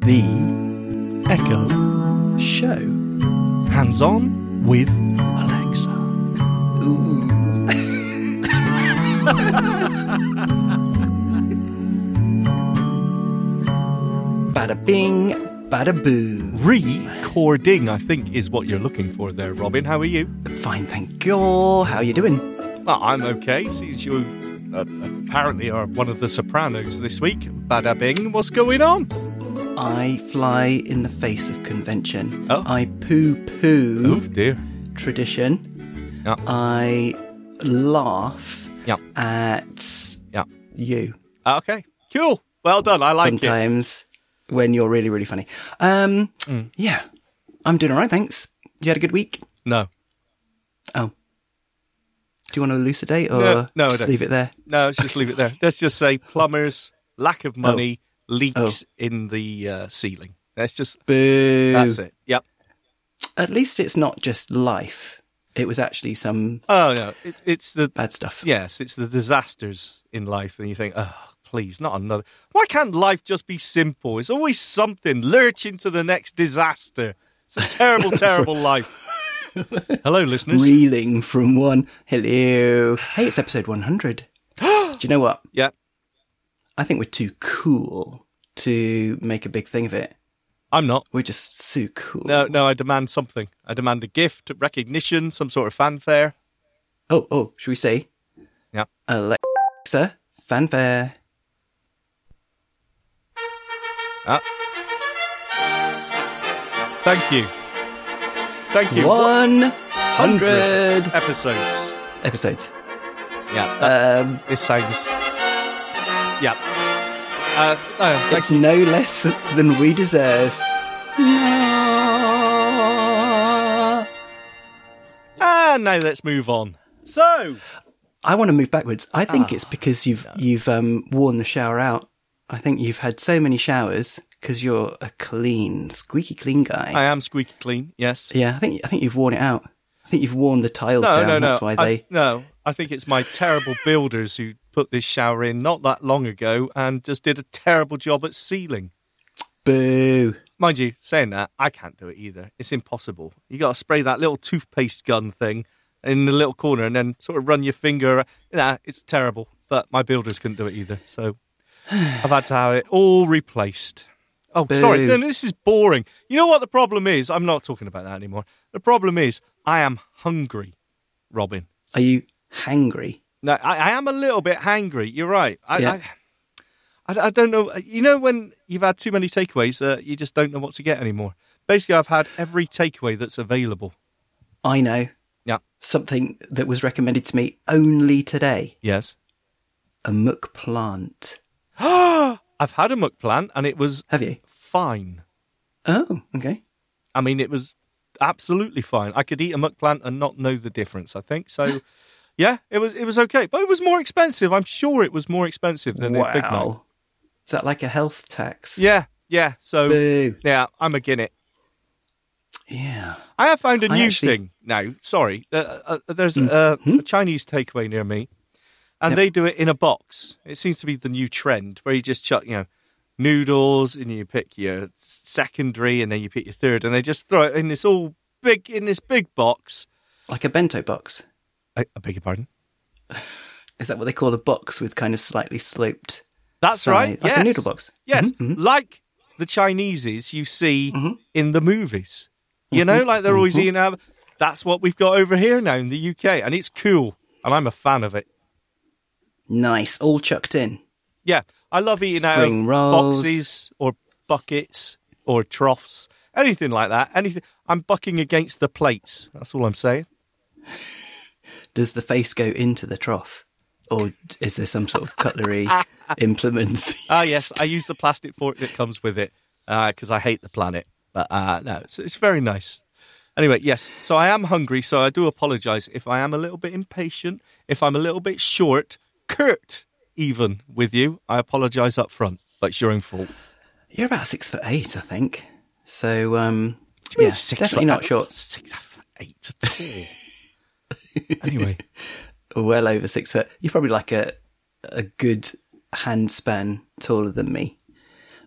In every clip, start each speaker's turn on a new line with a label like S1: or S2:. S1: The Echo Show. Hands on with Alexa.
S2: Bada bing, bada boo.
S1: Recording, I think, is what you're looking for there, Robin. How are you?
S2: Fine, thank you. How you doing?
S1: Well, I'm okay. Since you uh, apparently are one of the Sopranos this week. Bada bing, what's going on?
S2: I fly in the face of convention.
S1: Oh.
S2: I poo
S1: Oh
S2: poo
S1: dear.
S2: tradition.
S1: Yeah.
S2: I laugh
S1: Yeah.
S2: at
S1: Yeah. Ah,
S2: you
S1: Okay. Cool. Well done. I like it.
S2: sometimes when you're really, really funny. Um,
S1: Mm.
S2: Yeah, I'm doing all right, thanks. You had a good week?
S1: No.
S2: Oh. Do you want to elucidate or
S1: No, no, I
S2: just
S1: don't.
S2: leave it there?
S1: No, let's just leave it there. Let's just say plumbers, lack of money, leaks in the uh, ceiling. Let's just.
S2: Boo.
S1: That's it. Yep.
S2: At least it's not just life. It was actually some
S1: Oh no, it's it's the
S2: bad stuff.
S1: yes, it's the disasters in life, and you think, oh, please, not another. Why can't life just be simple? It's always something lurching to the next disaster. It's a terrible, terrible life. Hello, listeners.
S2: Reeling from one. Hello. Hey, it's episode 100. Do you know what?
S1: yeah,
S2: I think we're too cool to make a big thing of it.
S1: I'm not.
S2: We're just so cool.
S1: No, no, I demand something. I demand a gift, recognition, some sort of fanfare.
S2: Oh, oh, should we say?
S1: Yeah.
S2: Alexa, fanfare.
S1: Ah. Thank you. Thank you.
S2: 100
S1: episodes.
S2: episodes.
S1: Yeah, that,
S2: Um,
S1: this sounds. Yeah. Uh, no, thank
S2: it's no less than we deserve.
S1: And Ah, now let's move on. So,
S2: I want to move backwards. I think
S1: Ah,
S2: it's because you've you've um, worn the shower out. I think you've had so many showers because you're a clean, squeaky clean guy.
S1: I am squeaky clean. Yes.
S2: yeah, I think I think you've worn it out. I think you've worn the tiles
S1: No,
S2: down.
S1: no, no.
S2: That's why
S1: I,
S2: they.
S1: No, I think it's my terrible builders who put this shower in not that long ago and just did a terrible job at sealing.
S2: Boo!
S1: Mind you, saying that, I can't do it either. It's impossible. You got to spray that little toothpaste gun thing in the little corner and then sort of run your finger. Nah, it's terrible. But my builders couldn't do it either, so I've had to have it all replaced. Oh, sorry.
S2: Boo.
S1: No, this is boring. You know what the problem is? I'm not talking about that anymore. The problem is I am hungry, Robin.
S2: Are you hangry?
S1: No, I, I am a little bit hangry. You're right. I,
S2: Yeah.
S1: I, I, I don't know. You know when you've had too many takeaways that you just don't know what to get anymore. Basically, I've had every takeaway that's available.
S2: I know
S1: Yeah.
S2: something that was recommended to me only today:
S1: Yes.
S2: a muck plant.
S1: I've had a muck plant and it was
S2: Have you?
S1: fine.
S2: Oh, okay.
S1: I mean, it was absolutely fine. I could eat a muck plant and not know the difference. I think so. yeah, it was it was okay, but it was more expensive. I'm sure it was more expensive than a big night.
S2: wow. Is that like a health tax?
S1: Yeah, yeah. So
S2: Boo.
S1: yeah, I'm again it.
S2: Yeah.
S1: I have found a
S2: I
S1: new
S2: actually- Mm-hmm.
S1: thing now. Sorry, uh, uh, there's uh, a Chinese takeaway near me, and
S2: Yep.
S1: they do it in a box. It seems to be the new trend where you just chuck, you know, noodles, and you pick your secondary, and then you pick your third, and they just throw it in this all big in this big box.
S2: Like a bento box.
S1: I, I beg your pardon.
S2: Is that what they call a box with kind of slightly sloped?
S1: That's
S2: Side-
S1: right.
S2: like a
S1: yes.
S2: noodle box. Mm-hmm.
S1: Yes, like the Chinese's you see in the movies. You
S2: Mm-hmm,
S1: know, like they're always eating. out- That's what we've got over here now in the UK, and it's cool, and I'm a fan of it.
S2: Mm-hmm. Nice, all chucked in.
S1: Yeah, I love eating out
S2: Spring
S1: of
S2: rolls.
S1: boxes or buckets or troughs, anything like that. Anything. I'm bucking against the plates. That's all I'm saying.
S2: Does the face go into the trough, or is there some sort of cutlery implements?
S1: Ah, yes, I use the plastic fork that comes with it because I hate the planet. But uh, no, it's, it's very nice. Anyway, yes, so I am hungry, so I do apologise if I am a little bit impatient, if I'm a little bit short, curt even with you. I apologise up front, but it's your own fault.
S2: You're about six foot eight, I think. So, um,
S1: mean
S2: yeah,
S1: six
S2: definitely
S1: foot-
S2: not short.
S1: Six foot eight at all. anyway,
S2: Well over six foot. You're probably like a a good hand span taller than me.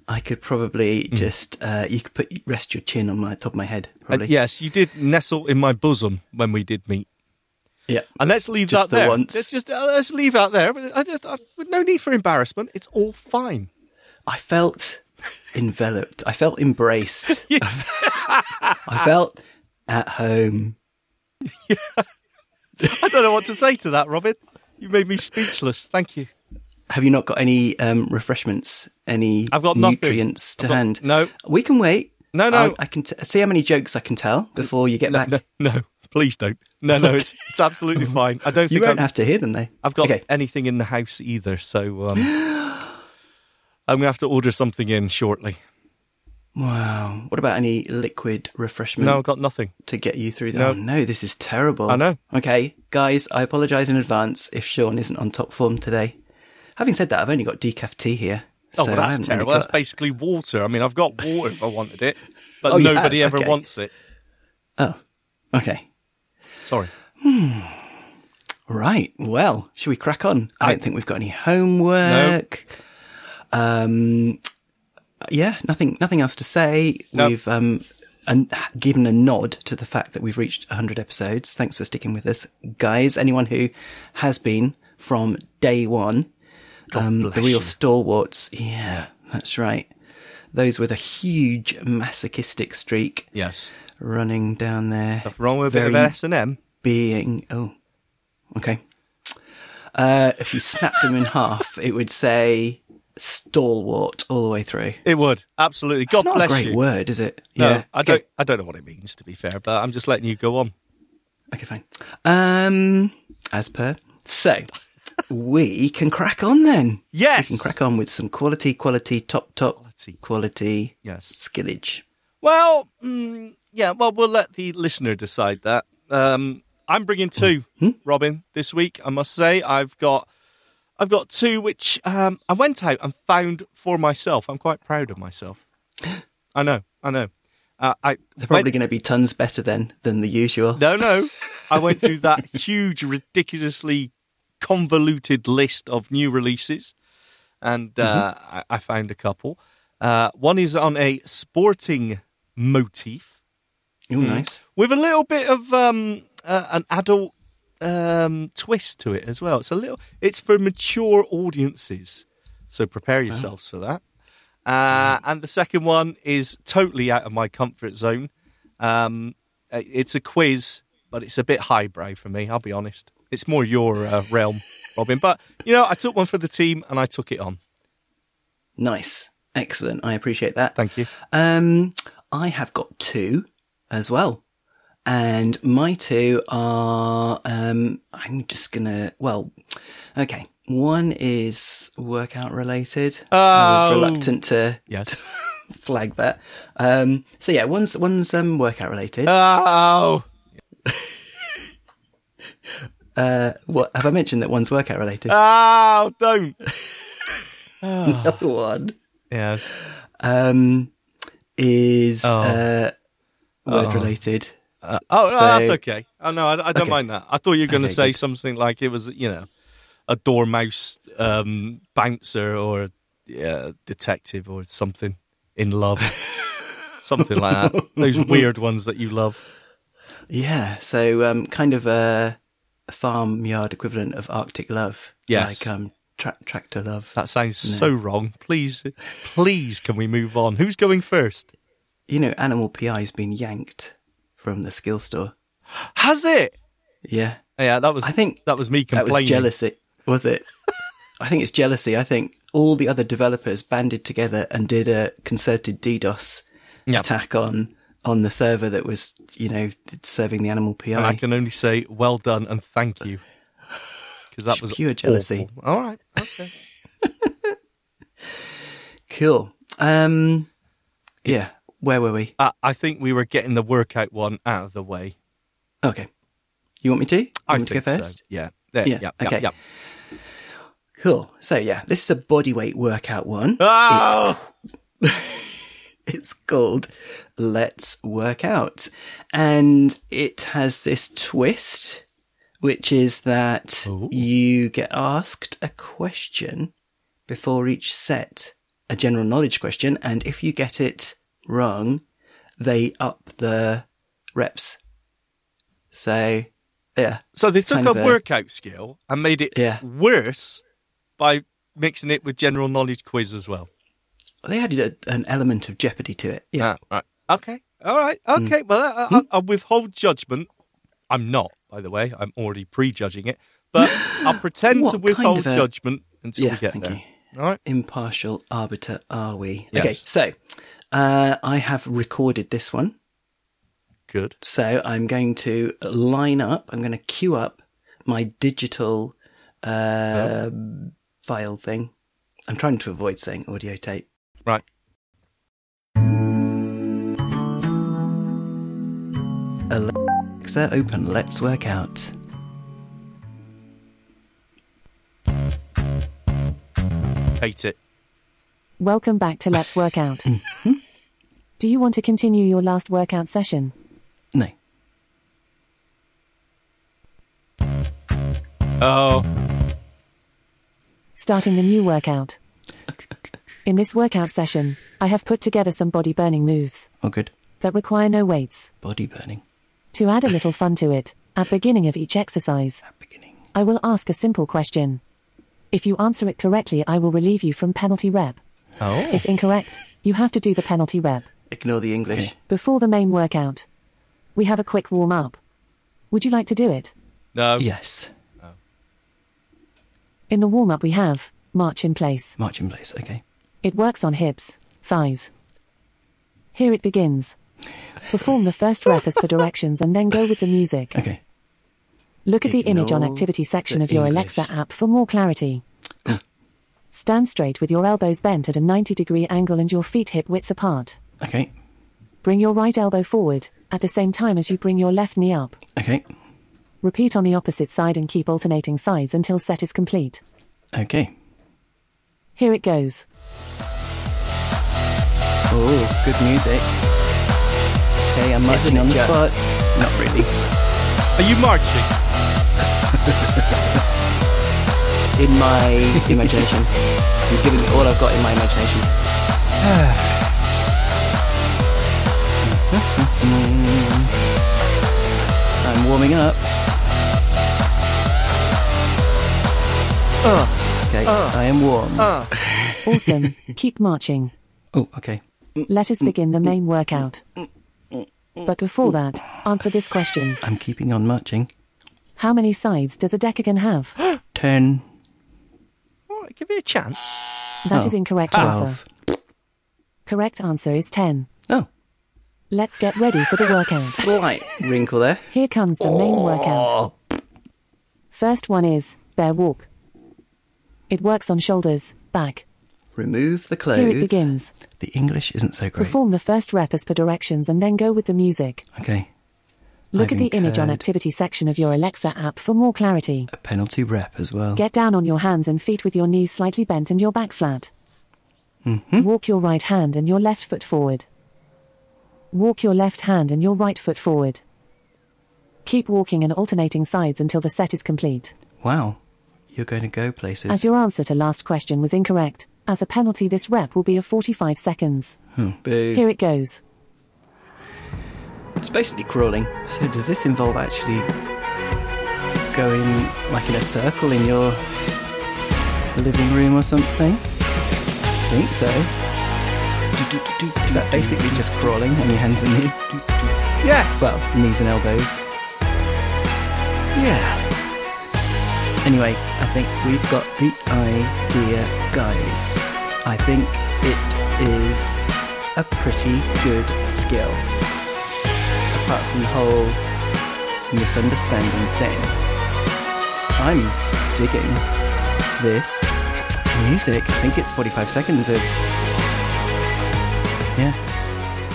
S2: I could probably
S1: Mm.
S2: just uh, you could put rest your chin on my top of my head.
S1: And
S2: Probably.
S1: Uh, yes, you did nestle in my bosom when we did meet.
S2: yeah.
S1: And let's leave
S2: Just
S1: that
S2: the
S1: there.
S2: once.
S1: Let's just uh, let's leave that there. I just I, no need for embarrassment. It's all fine.
S2: I felt enveloped. I felt embraced. I felt at home.
S1: I don't know what to say to that, Robin. You made me speechless. Thank you.
S2: Have you not got any um, refreshments? Any
S1: I've got nothing.
S2: nutrients to
S1: I've got-
S2: hand?
S1: no.
S2: We can wait.
S1: No, no.
S2: I, I can t- see how many jokes I can tell before you get back.
S1: No, no, please don't. No, no, it's it's absolutely fine. I don't
S2: You
S1: think
S2: won't
S1: I've,
S2: have to hear them though.
S1: I've got
S2: Okay.
S1: anything in the house either. So um, I'm gonna have to order something in shortly.
S2: Wow. What about any liquid refreshment
S1: No, I've got nothing.
S2: to get you through that?
S1: No.
S2: Oh, no, this is terrible.
S1: I know.
S2: Okay, guys, I apologise in advance if Sean isn't on top form today. Having said that, I've only got decaf tea here.
S1: Oh,
S2: so
S1: well,
S2: I
S1: that's
S2: haven't really
S1: terrible. That's
S2: got-
S1: basically water. I mean, I've got water if I wanted it, but
S2: Oh, you
S1: nobody
S2: have?
S1: ever
S2: Okay.
S1: wants it.
S2: Oh, okay.
S1: Sorry.
S2: Right. Well, should we crack on? I don't think we've got any homework. Um, yeah, nothing, nothing else to say.
S1: No.
S2: We've um, an, given a nod to the fact that we've reached 100 episodes. Thanks for sticking with us, guys. Anyone who has been from day one, um, the
S1: bless
S2: real
S1: you.
S2: stalwarts. Yeah, that's right. Those with a huge masochistic streak
S1: Yes.
S2: running down there.
S1: Nothing wrong with a bit
S2: Very
S1: of S and M.
S2: being oh okay uh if you snapped them in half it would say stalwart all the way through
S1: It would absolutely. God
S2: it's not
S1: bless
S2: a great
S1: you.
S2: word is it
S1: No, I
S2: okay.
S1: don't. I don't know what it means to be fair, but I'm just letting you go on.
S2: okay fine um as per so we can crack on then
S1: Yes.
S2: we can crack on with some quality quality top top
S1: Quality.
S2: quality
S1: Yes.
S2: skillage
S1: Well, mm, yeah. Well, we'll let the listener decide that. Um, I'm bringing 2
S2: Mm-hmm.
S1: Robin, this week. I must say, I've got, I've got two which um, I went out and found for myself. I'm quite proud of myself. I know. I know. Uh, I
S2: they're probably going to be tons better then than the usual
S1: No, no. I went through that huge, ridiculously convoluted list of new releases, and uh, I, I found a couple. Uh, one is on a sporting motif
S2: Ooh,
S1: Mm.
S2: nice
S1: with a little bit of um, uh, an adult um, twist to it as well. It's a little. It's for mature audiences, so prepare yourselves for that. Uh, and the second one is totally out of my comfort zone. Um, uh, it's a quiz, but it's a bit highbrow for me. I'll be honest. It's more your uh, realm, Robin. But you know, I took one for the team and I took it on.
S2: nice excellent i appreciate that
S1: Thank you.
S2: Um, I have got two as well. And my two are, um, I'm just gonna, well, okay. One is workout related. I
S1: Oh.
S2: was reluctant to
S1: Yes.
S2: flag that. Um, so yeah, one's, one's, um, workout related.
S1: Oh,
S2: Uh, what, have I mentioned that one's workout related?
S1: oh, don't.
S2: Another one,
S1: Yes.
S2: um, is,
S1: Oh.
S2: uh, word related.
S1: Uh, oh, no, that's
S2: So-
S1: okay. Oh, no, I, I don't
S2: Okay.
S1: mind that. I thought you were going to
S2: Okay,
S1: say
S2: good.
S1: something like it was, you know, a dormouse um, bouncer or a yeah, detective or something in love. something like that. Those weird ones that you love.
S2: Yeah, so um, kind of a farmyard equivalent of Arctic Love.
S1: Yes.
S2: Like um, tra- Tractor Love.
S1: That sounds so wrong. Please, please, can we move on? Who's going first?
S2: You know, Animal PI's been yanked from the skill store.
S1: Has it?
S2: Yeah.
S1: Yeah, that was.
S2: I think
S1: that was me
S2: That
S1: complaining.
S2: was jealousy, was it? I think it's jealousy. I think all the other developers banded together and did a concerted DDoS
S1: Yeah.
S2: attack on on the server that was, you know, serving the Animal PI.
S1: And I can only say well done and thank you. Because that was
S2: Pure jealousy.
S1: awful. All right. Okay.
S2: Cool. Um, yeah. Where were we?
S1: Uh, I think we were getting the workout one out of the way.
S2: Okay. You want me to? You
S1: I
S2: want me to go
S1: think
S2: first?
S1: So. Yeah. There, yeah.
S2: Yeah,
S1: Yeah.
S2: okay.
S1: Yeah.
S2: Cool. So yeah, this is a bodyweight workout one.
S1: Oh!
S2: It's called Let's Work Out. And it has this twist, which is that
S1: Ooh.
S2: you get asked a question before each set a general knowledge question, and if you get it wrong, they up the reps. So, yeah,
S1: So they took
S2: Kind
S1: a
S2: of a-
S1: workout skill and made it
S2: Yeah.
S1: worse by mixing it with general knowledge quiz as well.
S2: they added a, an element of jeopardy to it. Yeah, Hmm.
S1: Ah, right. Okay. All right. Okay. Well, I, I, I withhold judgment. I'm not, by the way. I'm already prejudging it, but I'll pretend
S2: What
S1: to
S2: kind
S1: withhold
S2: of a-
S1: judgment until
S2: yeah.
S1: we get
S2: Thank
S1: there.
S2: you.
S1: All right.
S2: Impartial arbiter, are we?
S1: Yes.
S2: Okay, so uh, I have recorded this one.
S1: Good.
S2: So I'm going to line up, I'm going to queue up my digital uh, file thing. I'm trying to avoid saying audio tape.
S1: Right.
S2: Alexa, open Let's Work Out.
S1: Hate it.
S3: Welcome back to Let's Work Out. Do you want to continue your last workout session?
S2: No.
S1: Oh,
S3: Starting the new workout. In this workout session, I have put together some body burning moves
S2: Oh, good.
S3: that require no weights.
S2: Body burning
S3: To add a little fun to it, at beginning of each exercise,
S2: at beginning.
S3: I will ask a simple question. If you answer it correctly, I will relieve you from penalty rep.
S1: oh,
S3: If incorrect, you have to do the penalty rep.
S2: Ignore the English.
S3: Before the main workout, we have a quick warm up. Would you like to do it?
S1: no.
S2: Yes.
S3: In the warm up, we have march in place.
S2: March in place. Okay.
S3: It works on hips, thighs. Here it begins. Perform the first rep as for directions and then go with the music.
S2: Okay.
S3: Look at the image on
S2: Ignore
S3: activity section
S2: the
S3: of your
S2: English.
S3: Alexa app for more clarity. Stand straight with your elbows bent at a 90 degree angle and your feet hip width apart.
S2: Okay.
S3: Bring your right elbow forward at the same time as you bring your left knee up.
S2: Okay.
S3: Repeat on the opposite side and keep alternating sides until set is complete.
S2: Okay.
S3: Here it goes.
S2: Oh, good music. Okay, I'm marching on the spot. Not really.
S1: Are you marching?
S2: In my imagination. I'm giving it all I've got in my imagination. I'm warming up. Oh, okay, I am warm.
S3: Awesome. keep marching.
S2: Oh, okay.
S3: Let us begin the main workout. But before that, answer this question
S2: I'm keeping on marching.
S3: How many sides does a decagon have?
S2: Ten,
S1: All right, give it a chance.
S3: That is
S2: Oh,
S3: incorrect answer.
S2: twelve.
S3: Correct answer is 10.
S2: Oh,
S3: Let's get ready for the workout.
S2: slight wrinkle there.
S3: Here comes the main workout. First one is bear walk. It works on shoulders, back.
S2: Remove the clothes.
S3: Here it begins.
S2: The English isn't so great.
S3: Perform the first rep as per directions and then go with the music.
S2: Okay,
S3: Look
S2: I've
S3: at the image on
S2: incurred-
S3: activity section of your Alexa app for more clarity.
S2: a penalty rep as well.
S3: Get down on your hands and feet with your knees slightly bent and your back flat.
S2: Mm-hmm.
S3: Walk your right hand and your left foot forward. Walk your left hand and your right foot forward. Keep walking and alternating sides until the set is complete.
S2: wow, you're going to go places.
S3: As your answer to last question was incorrect, as a penalty, this rep will be of 45 seconds.
S2: Hmm, boo.
S3: Here it goes.
S2: It's basically crawling. So does this involve actually going like in a circle in your living room or something? I think so. Is that basically just crawling on your hands and knees?
S1: Yes.
S2: Well, knees and elbows. Yeah. Anyway, I think we've got the idea, guys. I think it is a pretty good skill. Apart from the whole misunderstanding thing. I'm digging this music. I think it's 45 seconds of. Yeah.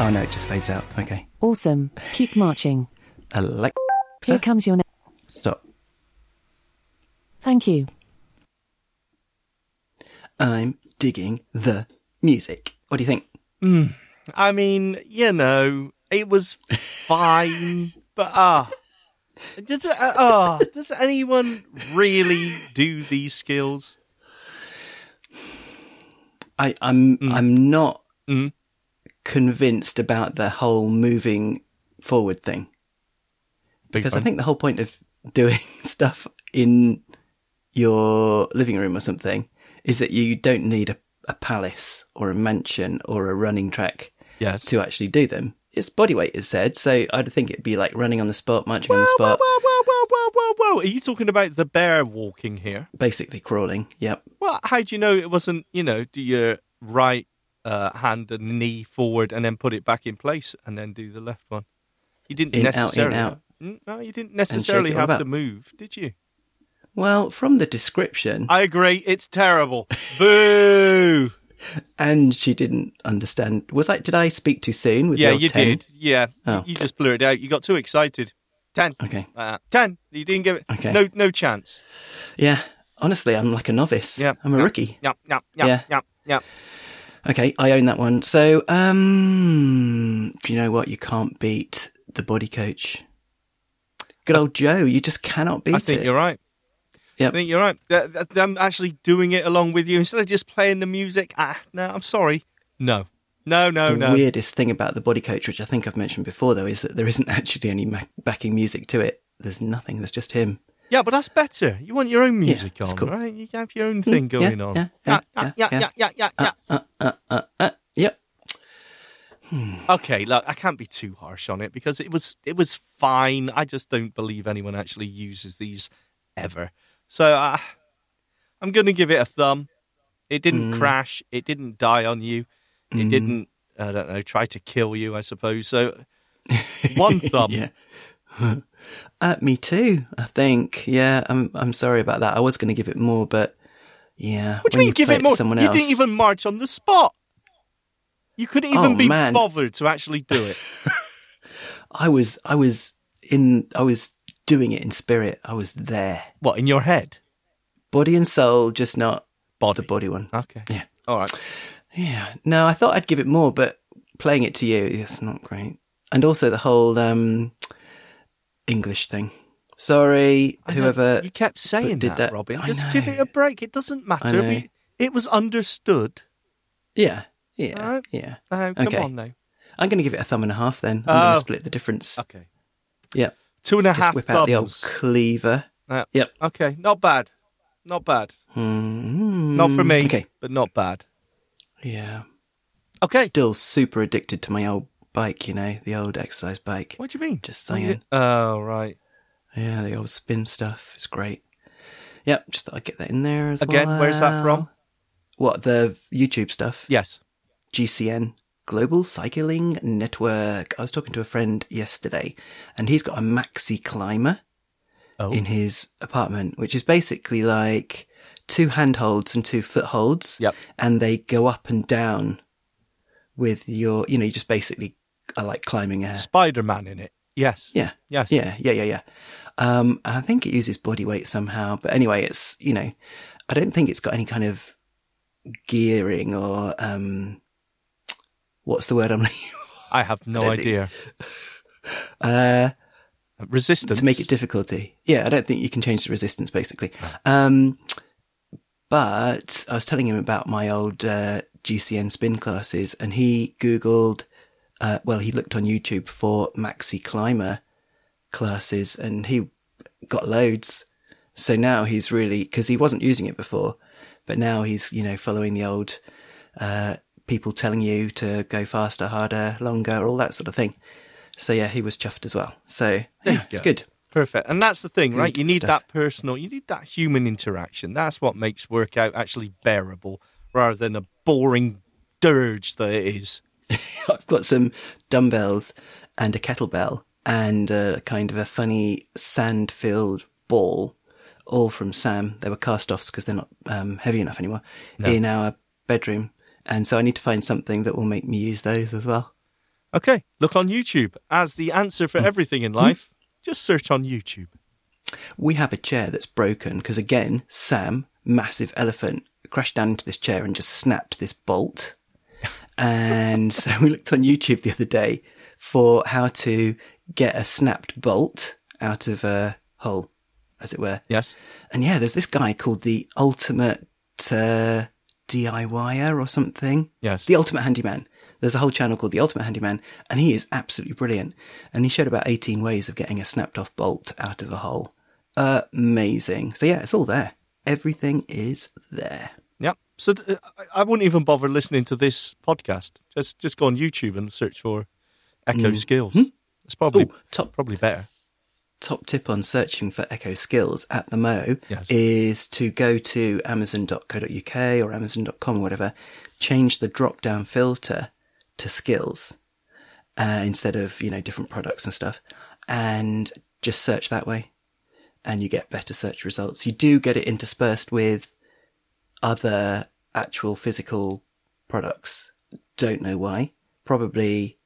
S2: Oh no, it just fades out. Okay.
S3: Awesome. Keep marching.
S2: Alexa,
S3: Here comes your. Ne-
S2: stop.
S3: Thank you.
S2: I'm digging the music. What do you think?
S1: I mean, you know, it was fine, but ah, does uh, ah, does anyone really do these skills?
S2: I, I'm I'm not
S1: Mm.
S2: convinced about the whole moving forward thing
S1: Big
S2: because I
S1: bang.
S2: think the whole point of doing stuff in your living room or something is that you don't need a, a palace or a mansion or a running track
S1: yes.
S2: to actually do them. It's body weight is said, so I'd think it'd be like running on the spot, marching on the
S1: Whoa,
S2: spot,
S1: whoa, whoa, whoa, whoa, whoa, whoa. Are you talking about the bear walking here?
S2: basically crawling. Yep.
S1: Well, how do you know it wasn't, you know, do your right uh, hand and knee forward and then put it back in place and then do the left one? You didn't
S2: In, out, in,
S1: necessarily.
S2: out.
S1: Mm, No, you didn't necessarily
S2: it all
S1: have to
S2: about.
S1: move, did you?
S2: Well, from the description,
S1: I agree. It's terrible. Boo!
S2: and she didn't understand. Was I? Did I speak too soon? With the
S1: yeah,
S2: old
S1: you
S2: 10?
S1: did. Yeah. You-
S2: Oh.
S1: You just blew it out. You got too excited. 10.
S2: Okay.
S1: Uh, 10. You didn't give it.
S2: Okay.
S1: No no chance.
S2: Yeah. Honestly, I'm like a novice.
S1: Yeah.
S2: I'm a
S1: Yeah.
S2: rookie.
S1: Yep, yep, yep,
S2: Yeah.
S1: yep, yep.
S2: Okay, I own that one. So, um, do you know what? You can't beat the body coach. Good old Joe, you just cannot beat
S1: I think
S2: it.
S1: you're right. I
S2: Yep.
S1: think you're right. Th- th- Them actually doing it along with you instead of just playing the music. Ah, no, I'm sorry. No, no, no,
S2: the
S1: no.
S2: weirdest thing about the body coach, which I think I've mentioned before, though, is that there isn't actually any ma- backing music to it. There's nothing. There's just him.
S1: Yeah, but that's better. You want your own music
S2: it's
S1: on,
S2: cool. Mm,
S1: right? You have your own thing
S2: Hmm, yeah,
S1: going on.
S2: yeah,
S1: yeah, yeah,
S2: yeah,
S1: Ah, yeah, yeah,
S2: yeah, Uh,
S1: yeah, yeah,
S2: Yep.
S1: Okay, look, I can't be too harsh on it because it was it was fine. I just don't believe anyone actually uses these ever. So uh, I'm going to give it a thumb. It
S2: Mm.
S1: didn't crash. It didn't die on you. It didn't. I don't know. Try to kill you, I suppose. So one thumb.
S2: Yeah. Uh, me too. I think. Yeah. I'm. I'm sorry about that. I was going to give it more, but yeah.
S1: What do
S2: when
S1: you mean give
S2: play
S1: it
S2: to
S1: more?
S2: Someone
S1: you
S2: else,
S1: didn't even march on the spot. You couldn't even
S2: Oh,
S1: be
S2: man.
S1: bothered to actually do it.
S2: I was. I was in. I was doing it in spirit. I was there,
S1: what in your head?
S2: body and soul, just not
S1: Body.
S2: the body one.
S1: Okay.
S2: Yeah.
S1: All right.
S2: Yeah. No, I thought I'd give it more, but playing it to you, it's not great. And also the whole um, English thing. Sorry,
S1: I know,
S2: whoever.
S1: you kept saying
S2: did
S1: that,
S2: that-
S1: Robin.
S2: I
S1: Just
S2: know.
S1: give it a break. It doesn't matter.
S2: know.
S1: We, it was understood.
S2: Yeah. Yeah.
S1: Alright.
S2: Yeah.
S1: Oh, come
S2: Okay.
S1: on now.
S2: I'm going to give it a thumb and a half then. I'm going
S1: Oh.
S2: to split the difference.
S1: Okay.
S2: Yeah.
S1: Two and a
S2: Just
S1: half
S2: whip out the old
S1: thumbs.
S2: cleaver.
S1: Yeah.
S2: Yep.
S1: Okay. Not bad. Not bad.
S2: Mm,
S1: Not for me.
S2: Okay.
S1: But not bad.
S2: Yeah.
S1: Okay.
S2: Still super addicted to my old bike, you know, the old exercise bike.
S1: What do you mean?
S2: Just
S1: What do you-
S2: saying.
S1: Oh right.
S2: Yeah, the old spin stuff. It's great. Yep, just thought I'd get that in there as
S1: Again,
S2: well.
S1: where's that from?
S2: What, the YouTube stuff?
S1: Yes.
S2: GCN, Global Cycling Network. I was talking to a friend yesterday, and he's got a maxi climber
S1: Oh.
S2: in his apartment, which is basically like two handholds and two footholds.
S1: Yep.
S2: And they go up and down with your, you know, you just basically are like climbing a.
S1: Spider Man in it. Yes.
S2: Yeah.
S1: Yes.
S2: Yeah, yeah, yeah, yeah. Um, and I think it uses body weight somehow, but anyway, it's you know, I don't think it's got any kind of gearing or um, what's the word I'm
S1: I have no
S2: Don't think-
S1: idea.
S2: uh,
S1: Resistance.
S2: to make it difficulty. Yeah, I don't think you can change the resistance basically. Um, but I was telling him about my old uh, GCN spin classes, and he googled. Uh, well, he looked on YouTube for maxi climber classes, and he got loads. So now he's really because he wasn't using it before, but now he's you know following the old uh, people telling you to go faster, harder, longer, all that sort of thing. So yeah, he was chuffed as well. So yeah, it's
S1: go.
S2: good.
S1: Perfect. And that's the thing, right?
S2: Good
S1: You need
S2: stuff.
S1: that personal, you need that human interaction. That's what makes workout actually bearable rather than a boring dirge that it is.
S2: I've got some dumbbells and a kettlebell and a kind of a funny sand filled ball, all from Sam. They were cast offs because they're not um, heavy enough anymore in our bedroom. And so I need to find something that will make me use those as well.
S1: Okay, look on YouTube. As the answer
S2: Hmm.
S1: for everything in life, just search on YouTube.
S2: We have a chair that's broken because, again, Sam, massive elephant, crashed down into this chair and just snapped this bolt. And so we looked on YouTube the other day for how to get a snapped bolt out of a hole, as it were.
S1: Yes.
S2: And yeah, there's this guy called the Ultimate uh, DIYer or something.
S1: Yes.
S2: The Ultimate Handyman. There's a whole channel called The Ultimate Handyman, and he is absolutely brilliant. And he showed about 18 ways of getting a snapped off bolt out of a hole. Amazing. So, yeah, it's all there. Everything is there.
S1: Yep. So th- I I wouldn't even bother listening to this podcast. Just just go on YouTube and search for Echo Skills. It's probably
S2: Hmm. Ooh, top-
S1: probably better.
S2: Top tip on searching for Echo Skills at the Mo
S1: Yes.
S2: is to go to amazon.co.uk or amazon.com or whatever, change the drop down filter to skills uh, instead of, you know, different products and stuff, and just search that way. And you get better search results. You do get it interspersed with other actual physical products. Don't know why. Probably,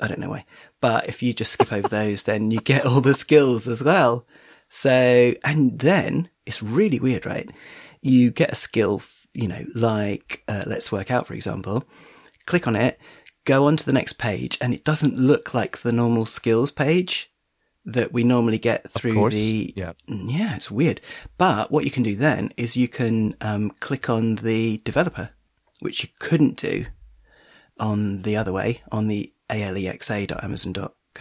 S2: I don't know why. But if you just skip over those, then you get all the skills as well. So, and then it's really weird, right? You get a skill, you know, like uh, Let's Work Out, for example. Click on it, go on to the next page, and it doesn't look like the normal skills page that we normally get through
S1: course,
S2: the
S1: yeah.
S2: yeah, it's weird. But what you can do then is you can um, click on the developer, which you couldn't do on the other way, on the E alexa.amazon.co.uk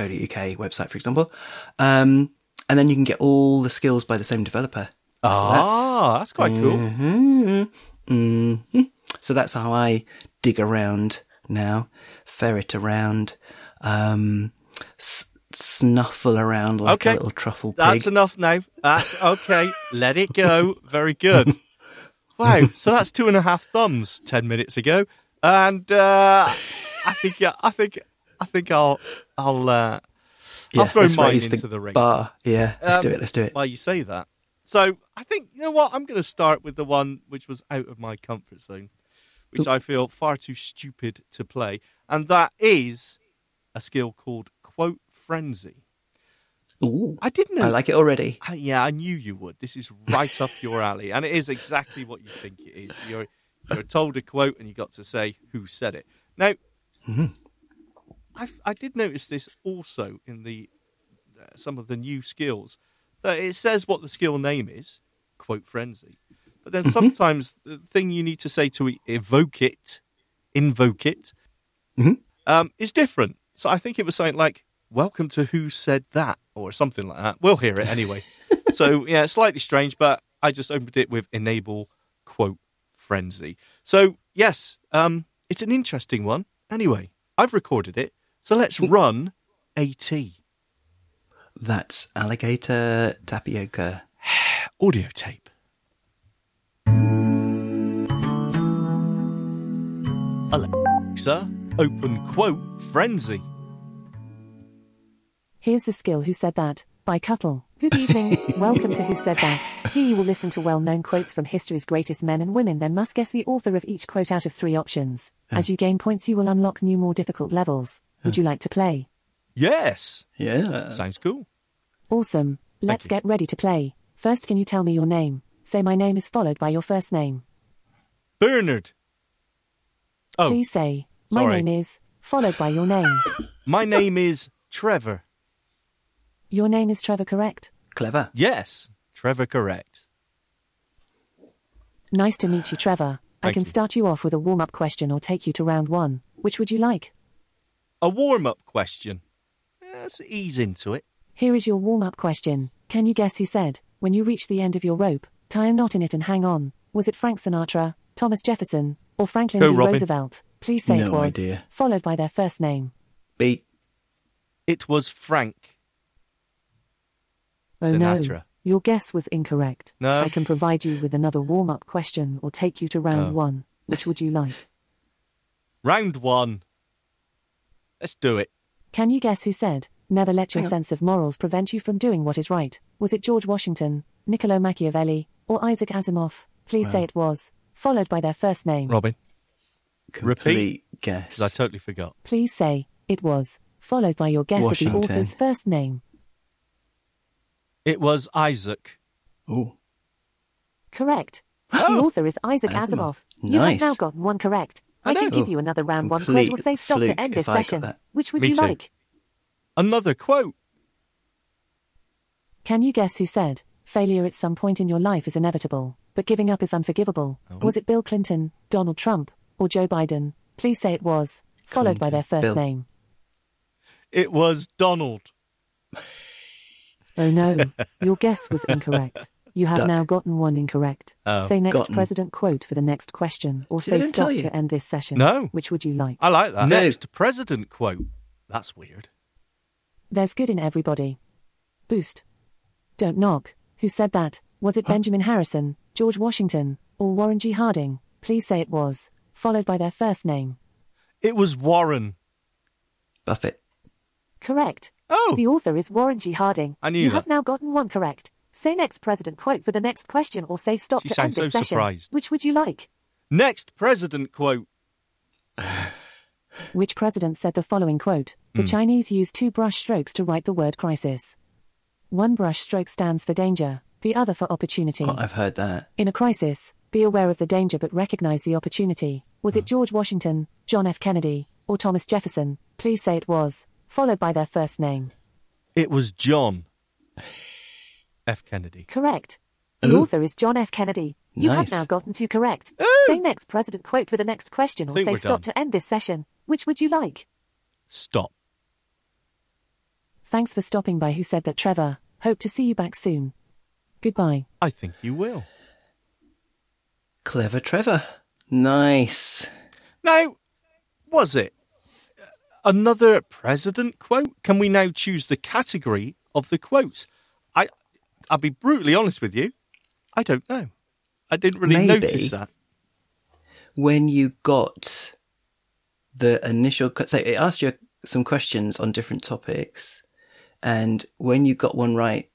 S2: website, for example. Um, and then you can get all the skills by the same developer. So
S1: Ah, that's quite cool.
S2: that's, Mhm, mhm. so that's how I dig around now, ferret around, um, s- snuffle around like
S1: Okay.
S2: a little truffle pig.
S1: That's enough now. That's okay. Let it go. Very good. Wow. So that's two and a half thumbs ten minutes ago, and uh, I think yeah, I think I think I'll I'll uh, I'll throw
S2: let's
S1: mine
S2: raise
S1: into the, ring.
S2: Bar. Yeah, let's do
S1: Um,
S2: it. Let's do it.
S1: While you say that, so I think you know what I'm going to start with the one which was out of my comfort zone, which I feel far too stupid to play, and that is a skill called quote frenzy.
S2: Ooh,
S1: I didn't know.
S2: I like it already.
S1: I- yeah, I knew you would. This is right up your alley, and it is exactly what you think it is. You're you're told a quote, and you got to say who said it. Now, I I did notice this also in the uh, some of the new skills that it says what the skill name is, quote frenzy, but then sometimes the thing you need to say to e- evoke it, invoke it,
S2: Mhm.
S1: um, is different. So I think it was something like "Welcome to Who Said That" or something like that. We'll hear it anyway. so yeah, slightly strange, but I just opened it with "Enable quote frenzy." So yes, um, it's an interesting one. Anyway, I've recorded it, so let's run AT
S2: That's alligator tapioca.
S1: audio tape. Alexa, open quote frenzy.
S3: Here's the skill Who Said That by Cuttle. Good evening. Welcome to Who Said That. Here you will listen to well known quotes from history's greatest men and women, then must guess the author of each quote out of three options. As you gain points, you will unlock new, more difficult levels. Would you like to play?
S1: Yes,
S2: Yeah.
S1: sounds cool.
S3: Awesome. Let's
S1: you.
S3: get ready to play. First, can you tell me your name? Say my name is followed by your first name.
S1: Bernard. Oh,
S3: Please say, my
S1: sorry.
S3: name is, followed by your name.
S1: my name is Trevor.
S3: Your name is Trevor, correct?
S2: Clever.
S1: Yes, Trevor, correct.
S3: Nice to meet you, Trevor. I
S1: Thank
S3: can
S1: you.
S3: start you off with a warm up question or take you to round one. Which would you like?
S1: A warm up question. Yeah, Let's ease into it.
S3: Here is your warm up question. Can you guess who said, when you reach the end of your rope, tie a knot in it and hang on? Was it Frank Sinatra, Thomas Jefferson, or Franklin
S1: Go,
S3: D.
S1: Robin.
S3: Roosevelt? Please say it
S2: No
S3: was,
S2: idea.
S3: followed by their first name.
S2: Beat.
S1: It was Frank.
S3: Oh no.
S1: Sinatra.
S3: Your guess was incorrect.
S1: No.
S3: I can provide you with another warm up question or take you to round
S1: Oh.
S3: one. Which would you like?
S1: Round one. Let's do it.
S3: Can you guess who said, Never let your
S2: Hang on.
S3: sense of morals prevent you from doing what is right? Was it George Washington, Niccolo Machiavelli, or Isaac Asimov? Please say it was, followed by their first name.
S1: Robin,
S2: Complete guess.
S1: because I totally forgot.
S3: Please say, it was, followed by your guess of the
S2: Washington.
S3: author's first name.
S1: It was Isaac.
S2: Ooh.
S3: Correct. The
S1: Oh,
S3: author is Isaac
S2: Asimov.
S3: Asimov. You have
S2: Oh! Nice.
S3: now gotten one correct. I,
S1: I
S3: can
S1: know.
S3: give you another round one
S2: Complete
S3: correct. We'll say stop
S2: fluke
S3: to end this
S2: if I got
S3: session.
S2: that.
S3: Which would
S1: Me
S3: you
S1: too.
S3: like?
S1: Another quote.
S3: Can you guess who said, failure at some point in your life is inevitable? but giving up is unforgivable. Was it Bill Clinton, Donald Trump, or Joe Biden? Please say it was, followed by their first
S2: Bill.
S3: name.
S1: It was Donald.
S3: Oh no, your guess was incorrect. You have
S2: Duck.
S3: now gotten one incorrect.
S1: Oh,
S3: say next
S2: gotten.
S3: president quote for the next question, or
S2: See, they
S3: say
S2: don't tell
S3: stop
S2: you.
S3: to end this session.
S1: No.
S3: Which would you like?
S1: I like that.
S2: No.
S1: Next president quote. That's weird.
S3: There's good in everybody. Boost. Don't knock. Who said that? Was it Benjamin Harrison, George Washington, or Warren G. Harding? Please say it was, followed by their first name.
S1: It was Warren.
S2: Buffett.
S3: Correct.
S1: Oh,
S3: The author is Warren G. Harding.
S1: I knew
S3: you
S1: that.
S3: have now gotten one correct. Say next president quote for the next question or say stop
S1: She
S3: to end
S1: sounds
S3: this
S1: so
S3: session.
S1: surprised.
S3: Which would you like?
S1: next president quote.
S3: Which president said the following quote
S1: Hmm.
S3: The Chinese use two brush strokes to write the word crisis. One brush stroke stands for danger, the other for opportunity.
S2: Oh, I've heard that.
S3: In a crisis, be aware of the danger but recognize the opportunity. Was
S1: Hmm.
S3: it George Washington, John F. Kennedy, or Thomas Jefferson? Please say it was, followed by their first name.
S1: It was John F. Kennedy.
S3: Correct. The
S2: Ooh.
S3: author is John F. Kennedy. You
S2: Nice.
S3: have now gotten two correct.
S1: Ooh.
S3: Say next president quote for the next question or
S1: Think
S3: say
S1: we're
S3: stop
S1: done.
S3: to end this session. Which would you like?
S1: Stop.
S3: Thanks for stopping by Who Said That Trevor. Hope to see you back soon. Goodbye.
S1: I think you will.
S2: Clever Trevor. Nice.
S1: Now, was it another president quote? Can we now choose the category of the quotes? I, I'll be brutally honest with you. I don't know. I didn't really
S2: Maybe.
S1: notice that.
S2: When you got the initial, so it asked you some questions on different topics, and when you got one right,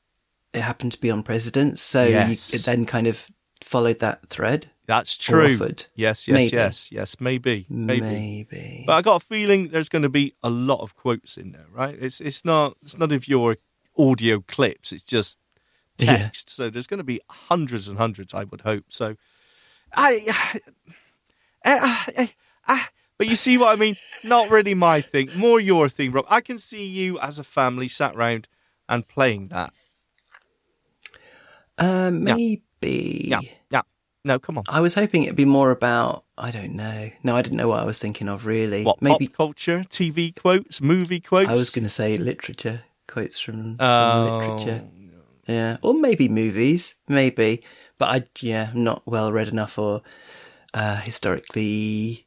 S2: it happened to be on presidents. So
S1: Yes.
S2: you, it then kind of followed that thread.
S1: That's true.
S2: Orford.
S1: Yes, yes,
S2: Maybe.
S1: yes, yes. Maybe, maybe.
S2: Maybe.
S1: But I got a feeling there's going to be a lot of quotes in there, right? It's it's not it's none of your audio clips. It's just
S2: Yeah.
S1: text. So there's going to be hundreds and hundreds. I would hope. So, I, eh, I, I, I- eh, but you see what I mean? Not really my thing. More your thing, Rob. I can see you as a family sat round and playing that. Yeah.
S2: Uh, maybe.
S1: Yeah, yeah. No, come on.
S2: I was hoping it'd be more about I don't know. No, I didn't know what I was thinking of really.
S1: What
S2: Maybe
S1: pop culture, TV quotes, movie quotes?
S2: I was going to say literature quotes from, from
S1: Oh.
S2: literature. Yeah, or maybe movies, maybe. But I yeah, I'm not well read enough or uh, historically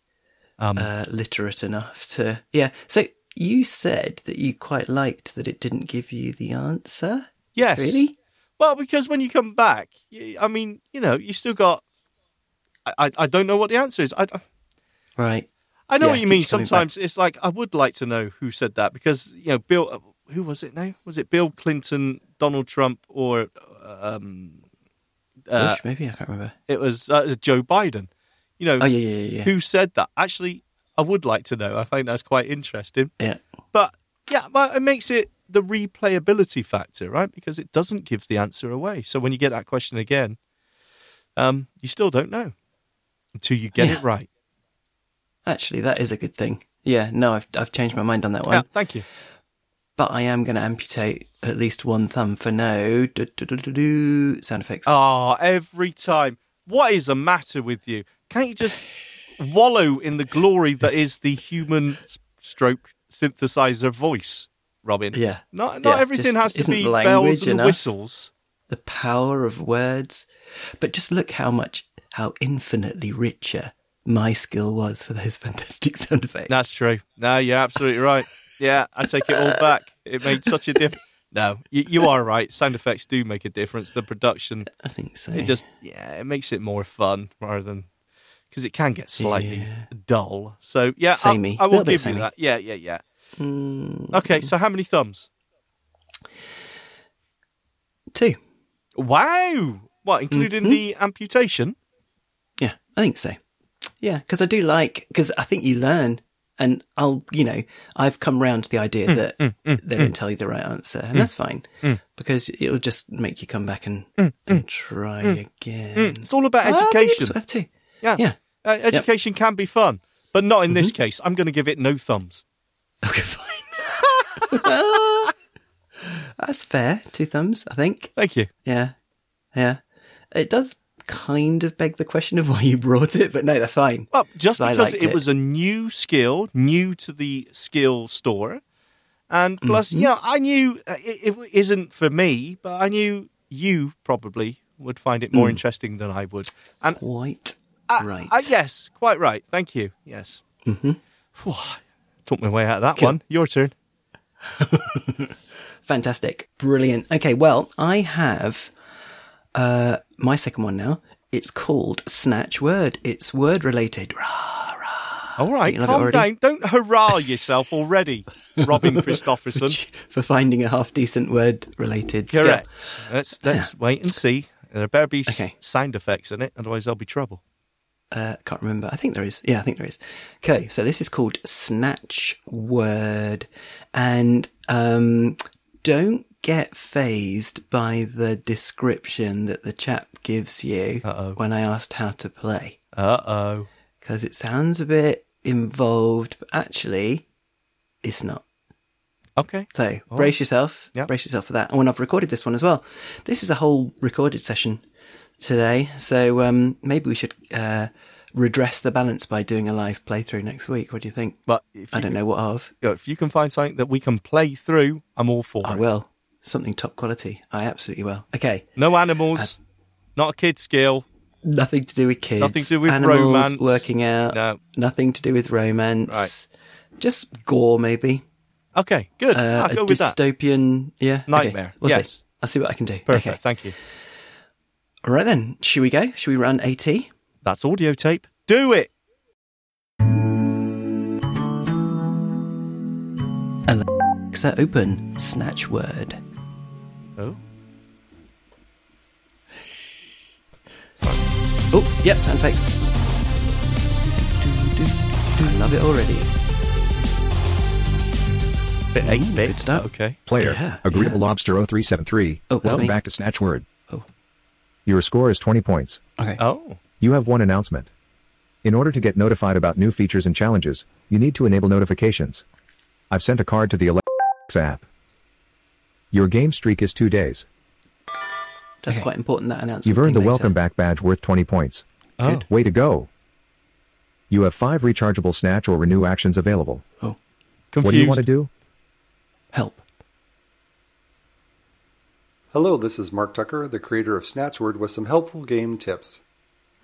S1: Um,
S2: uh, literate enough to yeah. So you said that you quite liked that it didn't give you the answer.
S1: yes.
S2: Really?
S1: Well, because when you come back, y- I mean, you know, you still got. I, I, I don't know what the answer is. I,
S2: Right.
S1: I know
S2: Yeah,
S1: what you
S2: keeps
S1: mean.
S2: coming back.
S1: Sometimes it's like I would like to know who said that because you know Bill. uh, Who was it now? Was it Bill Clinton, Donald Trump, or um, uh,
S2: Bush, maybe I can't remember.
S1: it was uh, Joe Biden? You know,
S2: Oh yeah, yeah, yeah, yeah.
S1: who said that? Actually, I would like to know. I think that's quite interesting.
S2: yeah.
S1: But yeah, well, it makes it the replayability factor, right? Because it doesn't give the answer away. So when you get that question again, um, you still don't know until you get
S2: Yeah.
S1: it right.
S2: Actually, that is a good thing. Yeah. No, I've I've changed my mind on that one.
S1: yeah, thank you.
S2: But I am going to amputate at least one thumb for no. Du- du- du- du- du. Sound effects.
S1: Ah, every time. What is the matter with you? Can't you just wallow in the glory that is the human s- stroke synthesizer voice, Robin?
S2: Yeah.
S1: Not not
S2: Yeah,
S1: everything
S2: just
S1: has to
S2: isn't
S1: be
S2: language
S1: bells and
S2: enough?
S1: whistles.
S2: The power of words. But just look how much, how infinitely richer my skill was for those fantastic sound effects.
S1: That's true. No, you're absolutely right. Yeah, I take it all back. It made such a difference. No, you, you are right. Sound effects do make a difference. The production,
S2: I think so.
S1: it just yeah, it makes it more fun rather than because it can get slightly
S2: Yeah.
S1: dull. So yeah, I-
S2: Samey.
S1: I, will
S2: Little
S1: give
S2: bit
S1: you
S2: samey.
S1: that. Yeah, yeah, yeah.
S2: Mm,
S1: Okay, so how many thumbs?
S2: two.
S1: Wow. What, including
S2: Mm-hmm.
S1: the amputation?
S2: Yeah, I think so. Yeah, because I do like because I think you learn, and I'll you know I've come round to the idea that they don't tell you the right answer, and that's fine because it'll just make you come back and, and try again.
S1: It's all about
S2: mm. Well, I think
S1: education.
S2: it's worth two.
S1: yeah.
S2: yeah.
S1: Uh, education can be fun, but not in
S2: Mm-hmm.
S1: this case. I'm going to give it no thumbs.
S2: Okay, fine. that's fair. Two thumbs, I think.
S1: Thank you.
S2: Yeah, yeah. It does kind of beg the question of why you brought it, but no, that's fine.
S1: Well, just
S2: 'Cause I
S1: because
S2: liked
S1: it, was a new skill, new to the skill store, and
S2: Mm-hmm.
S1: plus, you know, I knew uh, it, it isn't for me, but I knew you probably would find it more interesting than I would. And
S2: Quite
S1: I-
S2: Mm. right.
S1: I- yes, quite right. Thank you. Yes. Mm-hmm. Took my way out of that
S2: Cool.
S1: one. Your turn.
S2: Fantastic. Brilliant. Okay, well, I have uh, my second one now. It's called Snatch Word. It's word related.
S1: All right,
S2: you love it
S1: calm
S2: already?
S1: down. Don't hurrah yourself already, Robin Christopherson.
S2: for finding a half decent word related
S1: Correct. Let's let's wait and see. There better be s-
S2: Okay.
S1: sound effects in it, otherwise there'll be trouble.
S2: Uh, can't remember. I think there is. Yeah, I think there is. Okay, so this is called Snatch Word. And um, don't get phased by the description that the chap gives you
S1: Uh-oh.
S2: when I asked how to play.
S1: Uh oh.
S2: because it sounds a bit involved, but actually, it's not.
S1: Okay.
S2: So brace yourself,
S1: Yep.
S2: brace yourself for that. And when I've recorded this one as well, this is a whole recorded session today. So um, maybe we should uh, redress the balance by doing a live playthrough next week. What do you think?
S1: But if
S2: I
S1: you,
S2: don't know what of.
S1: know. if you can find something that we can play through, I'm all for
S2: I
S1: it.
S2: will. Something top quality. I absolutely will. Okay.
S1: No animals, not a kid skill.
S2: Nothing to do with kids.
S1: Nothing to do with
S2: animals,
S1: romance.
S2: Working out.
S1: No.
S2: Nothing to do with romance. Just gore, maybe.
S1: Okay, good.
S2: uh,
S1: I'll
S2: a
S1: go with that.
S2: dystopian yeah okay.
S1: Nightmare,
S2: We'll see.
S1: yes.
S2: I'll see what I can do.
S1: Perfect.
S2: Okay.
S1: Thank you.
S2: All right then. Should we go? Should we run AT?
S1: That's audio tape. Do it.
S2: Alexa, open snatch word.
S1: Oh.
S2: Oh, yep, sound effects. I love it already.
S1: Bit eight bit.
S2: good start.
S1: Okay.
S4: Player,
S2: Yeah,
S4: Agreeable
S2: yeah.
S4: Lobster 0373.
S2: Oh, that's
S4: Welcome
S2: me.
S4: back to Snatch Word.
S2: Oh,
S4: Your score is 20 points.
S2: okay.
S1: Oh.
S4: You have one announcement. In order to get notified about new features and challenges, you need to enable notifications. I've sent a card to the Alexa app. Your game streak is two days.
S2: That's quite important that announcement.
S4: You've earned the
S2: came later.
S4: Welcome Back badge worth 20 points.
S1: Oh.
S4: Way to go. You have five rechargeable Snatch or Renew actions available.
S2: Oh,
S1: Confused.
S4: What do you want to do?
S2: help.
S5: Hello, this is Mark Tucker, the creator of Snatchword, with some helpful game tips.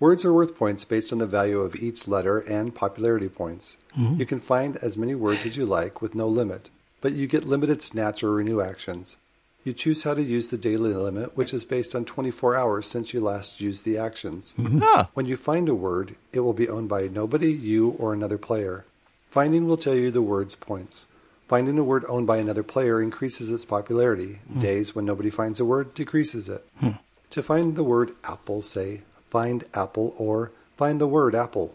S5: Words are worth points based on the value of each letter and popularity points. You can find as many words as you like with no limit, but you get limited snatch or renew actions. You choose how to use the daily limit, which is based on 24 hours since you last used the actions.
S1: Ah.
S5: When you find a word, it will be owned by nobody, you, or another player. Finding will tell you the word's points. Finding a word owned by another player increases its popularity. Days when nobody finds a word decreases it. To find the word apple, say, find apple or find the word apple.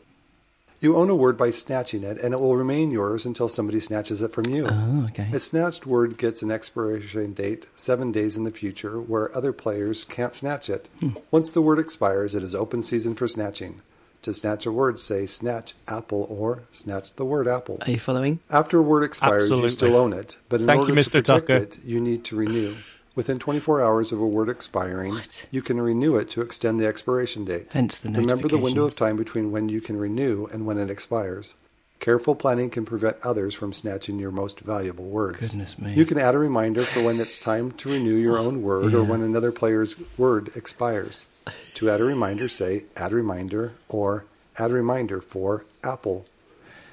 S5: You own a word by snatching it, and it will remain yours until somebody snatches it from you.
S2: Oh, okay.
S5: A snatched word gets an expiration date seven days in the future where other players can't snatch it.
S1: Hmm.
S5: Once the word expires, it is open season for snatching. To snatch a word, say snatch apple or snatch the word apple.
S2: Are you following?
S5: After a word expires,
S1: Absolutely.
S5: you still own it, but in
S1: Thank
S5: order
S1: you, Mr.
S5: to protect
S1: Tucker.
S5: it, you need to renew. Within 24 hours of a word expiring, you can renew it to extend the expiration date.
S2: Hence the
S5: Remember the window
S2: notifications.
S5: of time between when you can renew and when it expires. Careful planning can prevent others from snatching your most valuable words.
S2: Goodness me.
S5: You can add a reminder for when it's time to renew your own word or when another player's word expires. To add a reminder, say add reminder or add reminder for apple.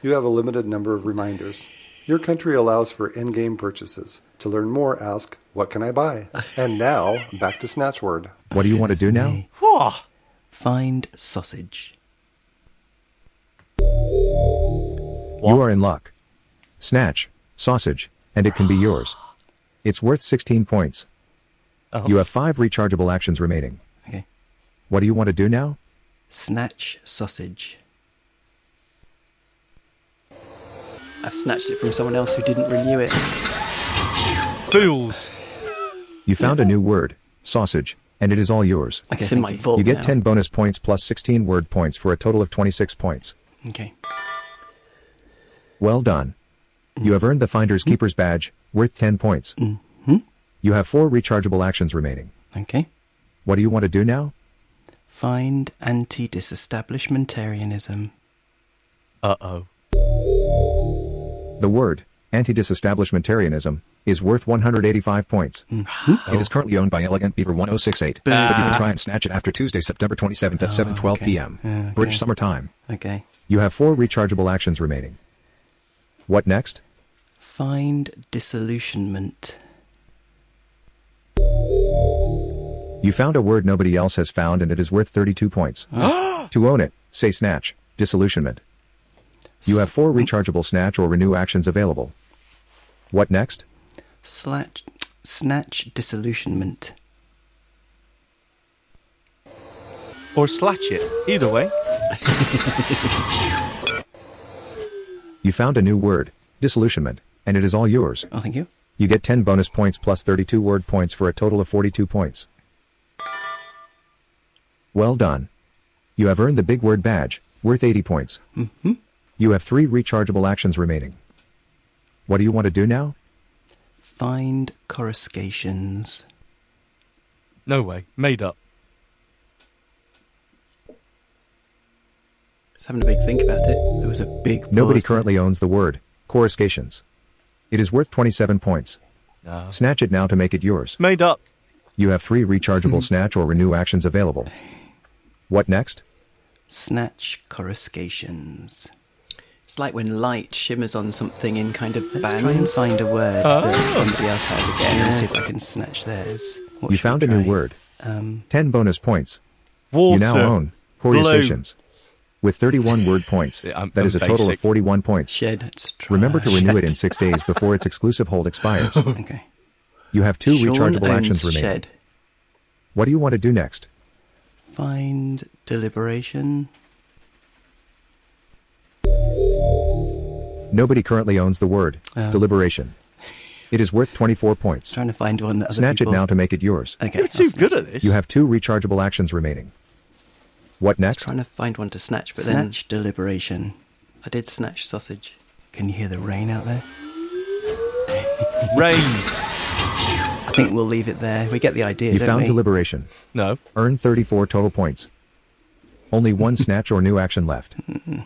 S5: You have a limited number of reminders. Your country allows for in game purchases. To learn more, ask, What can I buy? And now, back to Snatchword.
S4: What do you want to do now?
S1: Whoa.
S2: Find sausage.
S4: You are in luck. Snatch, sausage, and it can be yours. It's worth 16 points.
S1: Oh.
S4: You have five rechargeable actions remaining.
S2: Okay.
S4: What do you want to do now?
S2: Snatch sausage. I've snatched it from someone else who didn't renew it.
S1: Fools.
S4: You found a new word, sausage, and it is all yours.
S2: Okay, it's in my vault
S4: You get
S2: now.
S4: 10 bonus points plus 16 word points for a total of 26 points.
S2: Okay.
S4: Well done. You have earned the Finder's Keeper's badge, worth 10 points. You have four rechargeable actions remaining.
S2: Okay.
S4: What do you want to do now?
S2: Find anti disestablishmentarianism.
S1: Uh oh.
S4: The word, anti disestablishmentarianism, is worth 185 points.
S2: Hmm.
S4: It is currently owned by Elegant Beaver 1068, but you can try and snatch it after Tuesday, September 27th at 7.12
S2: Oh, okay.
S4: p.m.
S2: Yeah, okay.
S4: British Summer Time.
S2: Okay.
S4: You have four rechargeable actions remaining. What next?
S2: Find disillusionment.
S4: You found a word nobody else has found and it is worth 32 points.
S2: Oh.
S4: to own it, say snatch, disillusionment. You have four rechargeable snatch or renew actions available. What next?
S2: Slat- snatch disillusionment.
S1: Or slatch it. Either way.
S4: You found a new word, disillusionment, and it is all yours.
S2: Oh, thank you.
S4: You get 10 bonus points plus 32 word points for a total of 42 points. Well done. You have earned the big word badge, worth 80 points. Mm-hmm. You have three rechargeable actions remaining. What do you want to do now?
S2: Find coruscations.
S1: No way. Made up.
S2: Just having a big think about it. There was a big.
S4: Nobody
S2: pause there.
S4: currently owns the word, coruscations. It is worth 27 points.
S1: No.
S4: Snatch it now to make it yours.
S1: Made up.
S4: You have three rechargeable snatch or renew actions available. What next?
S2: Snatch coruscations. It's like when light shimmers on something in kind of bands. Try and find a word that somebody else has again and see if I can snatch theirs. What
S4: Oh. you
S2: should we
S4: found a new
S2: try?
S4: word.
S2: Um,
S4: 10 bonus points.
S1: Water.
S4: You now own
S1: Blue.
S4: Courier Stations with 31 word points.
S1: Yeah, I'm-
S4: that is
S1: I'm
S4: a total of
S1: basic.
S4: 41 points.
S2: shed. Let's try-
S4: Remember to renew it
S1: Shit.
S4: in six days before its exclusive hold expires.
S2: Okay.
S4: You have two
S2: Sean
S4: rechargeable
S2: owns
S4: actions remaining.
S2: Shed.
S4: What do you want to do next?
S2: Find deliberation.
S4: Nobody currently owns the word
S2: Oh.
S4: deliberation. It is worth 24 points.
S2: Trying to find one that other
S4: Snatch it
S2: people...
S4: now to make it yours.
S2: Okay.
S1: You're
S2: I'll
S1: too
S2: snatch
S1: good
S2: it.
S1: at this.
S4: You have two rechargeable actions remaining. What next?
S2: Trying to find one to snatch, but then snatch deliberation. I did snatch sausage. Can you hear the rain out there?
S1: rain.
S2: I think we'll leave it there. We get the idea.
S4: You
S2: don't
S4: found
S2: we?
S4: deliberation.
S1: No.
S4: Earn 34 total points. Only one snatch or new action left.
S2: Mm-hmm.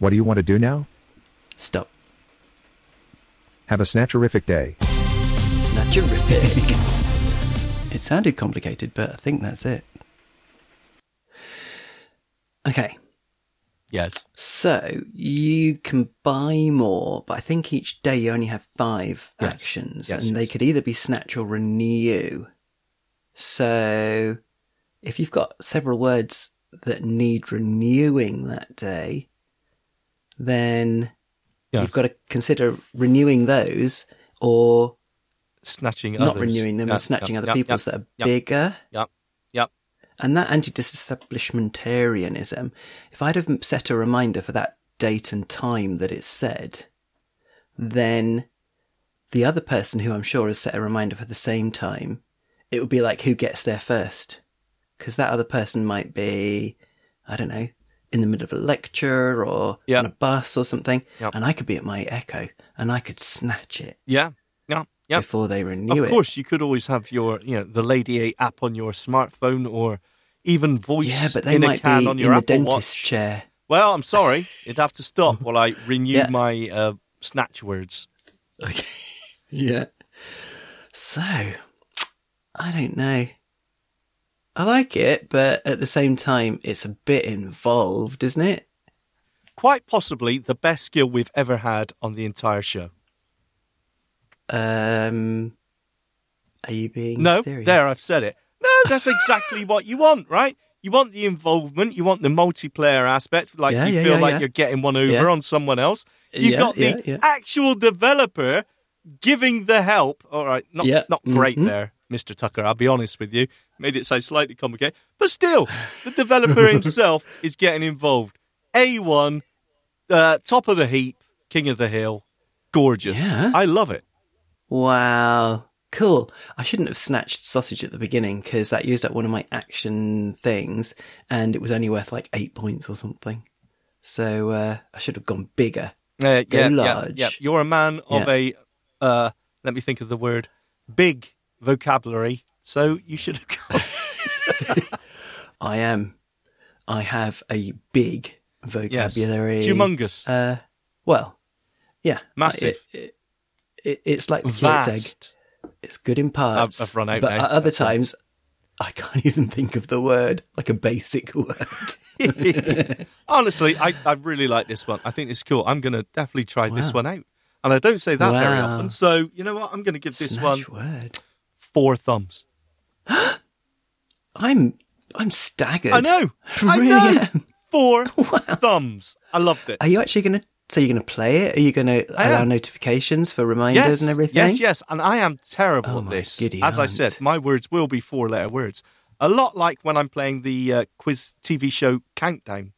S4: What do you want to do now?
S2: Stop.
S4: Have a snatcherific day.
S2: Snatcherific. it sounded complicated, but I think that's it. Okay,
S1: Yes.
S2: so you can buy more, but I think each day you only have five
S1: Yes.
S2: actions,
S1: Yes,
S2: and they
S1: yes.
S2: could either be snatch or renew. So if you've got several words that need renewing that day, then
S1: Yes.
S2: you've got to consider renewing those or
S1: Snatching
S2: not
S1: others.
S2: renewing them
S1: Yeah,
S2: and snatching
S1: yeah,
S2: other
S1: yeah,
S2: people's
S1: yeah,
S2: that are
S1: yeah,
S2: bigger.
S1: Yeah. Yeah.
S2: And that anti disestablishmentarianism, if I'd have set a reminder for that date and time that it's said, then the other person who I'm sure has set a reminder for the same time, it would be like who gets there first. Because that other person might be, I don't know, in the middle of a lecture or
S1: Yeah.
S2: on a bus or something.
S1: Yeah.
S2: And I could be at my echo and I could snatch it
S1: Yeah. Yeah. Yeah.
S2: before they renew
S1: Of
S2: it.
S1: course, you could always have your, you know, the Lady A app on your smartphone or even voice
S2: Yeah, but they
S1: in a
S2: might
S1: can
S2: be
S1: on
S2: in
S1: your
S2: the
S1: Apple
S2: dentist
S1: Watch.
S2: chair.
S1: Well, I'm sorry. It'd have to stop while I renew
S2: Yeah.
S1: my uh, snatch words.
S2: Okay. yeah. So, I don't know. I like it, but at the same time, it's a bit involved, isn't it?
S1: Quite possibly the best skill we've ever had on the entire show.
S2: Um, are you being
S1: No,
S2: ethereal?
S1: there, I've said it. No, that's exactly what you want, right? You want the involvement, you want the multiplayer aspect, like
S2: Yeah,
S1: you
S2: yeah,
S1: feel
S2: yeah,
S1: like
S2: yeah.
S1: you're getting one over
S2: Yeah.
S1: on someone else. You
S2: Yeah,
S1: got the
S2: yeah, yeah.
S1: actual developer giving the help. All right, not
S2: Yeah,
S1: not great
S2: mhm.
S1: there, Mr. Tucker. I'll be honest with you, made it sound slightly complicated, but still, the developer himself is getting involved. A one, uh, top of the heap, king of the hill, gorgeous.
S2: Yeah.
S1: I love it.
S2: Wow. Cool. I shouldn't have snatched sausage at the beginning because that used up one of my action things and it was only worth like eight points or something. So uh, I should have gone bigger.
S1: Uh,
S2: Go
S1: yeah,
S2: large.
S1: Yeah, yeah. You're a man of
S2: Yeah.
S1: a, uh, let me think of the word, big vocabulary. So you should have got
S2: I am. I have a big
S1: Yes.
S2: vocabulary.
S1: Humongous.
S2: Uh, well, yeah,
S1: Massive.
S2: It, it, it, it's like the Curex egg.
S1: Vast.
S2: It's good in parts.
S1: I've run out
S2: But
S1: now.
S2: at other
S1: That's all.
S2: times, I can't even think of the word, like a basic word.
S1: Honestly, I, I really like this one. I think it's cool. I'm going to definitely try this
S2: Wow.
S1: one out. And I don't say that very
S2: Wow.
S1: often. So, you know what? I'm going to give this one
S2: Smash word.
S1: four thumbs.
S2: I'm I'm staggered.
S1: I know. I
S2: Really
S1: know.
S2: am.
S1: Four thumbs. I loved it.
S2: Are you actually going to? So you're going to play it? Are you going to
S1: I
S2: allow
S1: am.
S2: notifications for reminders
S1: yes,
S2: and everything?
S1: yes, yes. And I am terrible
S2: Oh
S1: at
S2: my
S1: this.
S2: giddy
S1: As I
S2: aunt.
S1: said, my words will be four letter words. A lot like when I'm playing the uh, quiz TV show Countdown.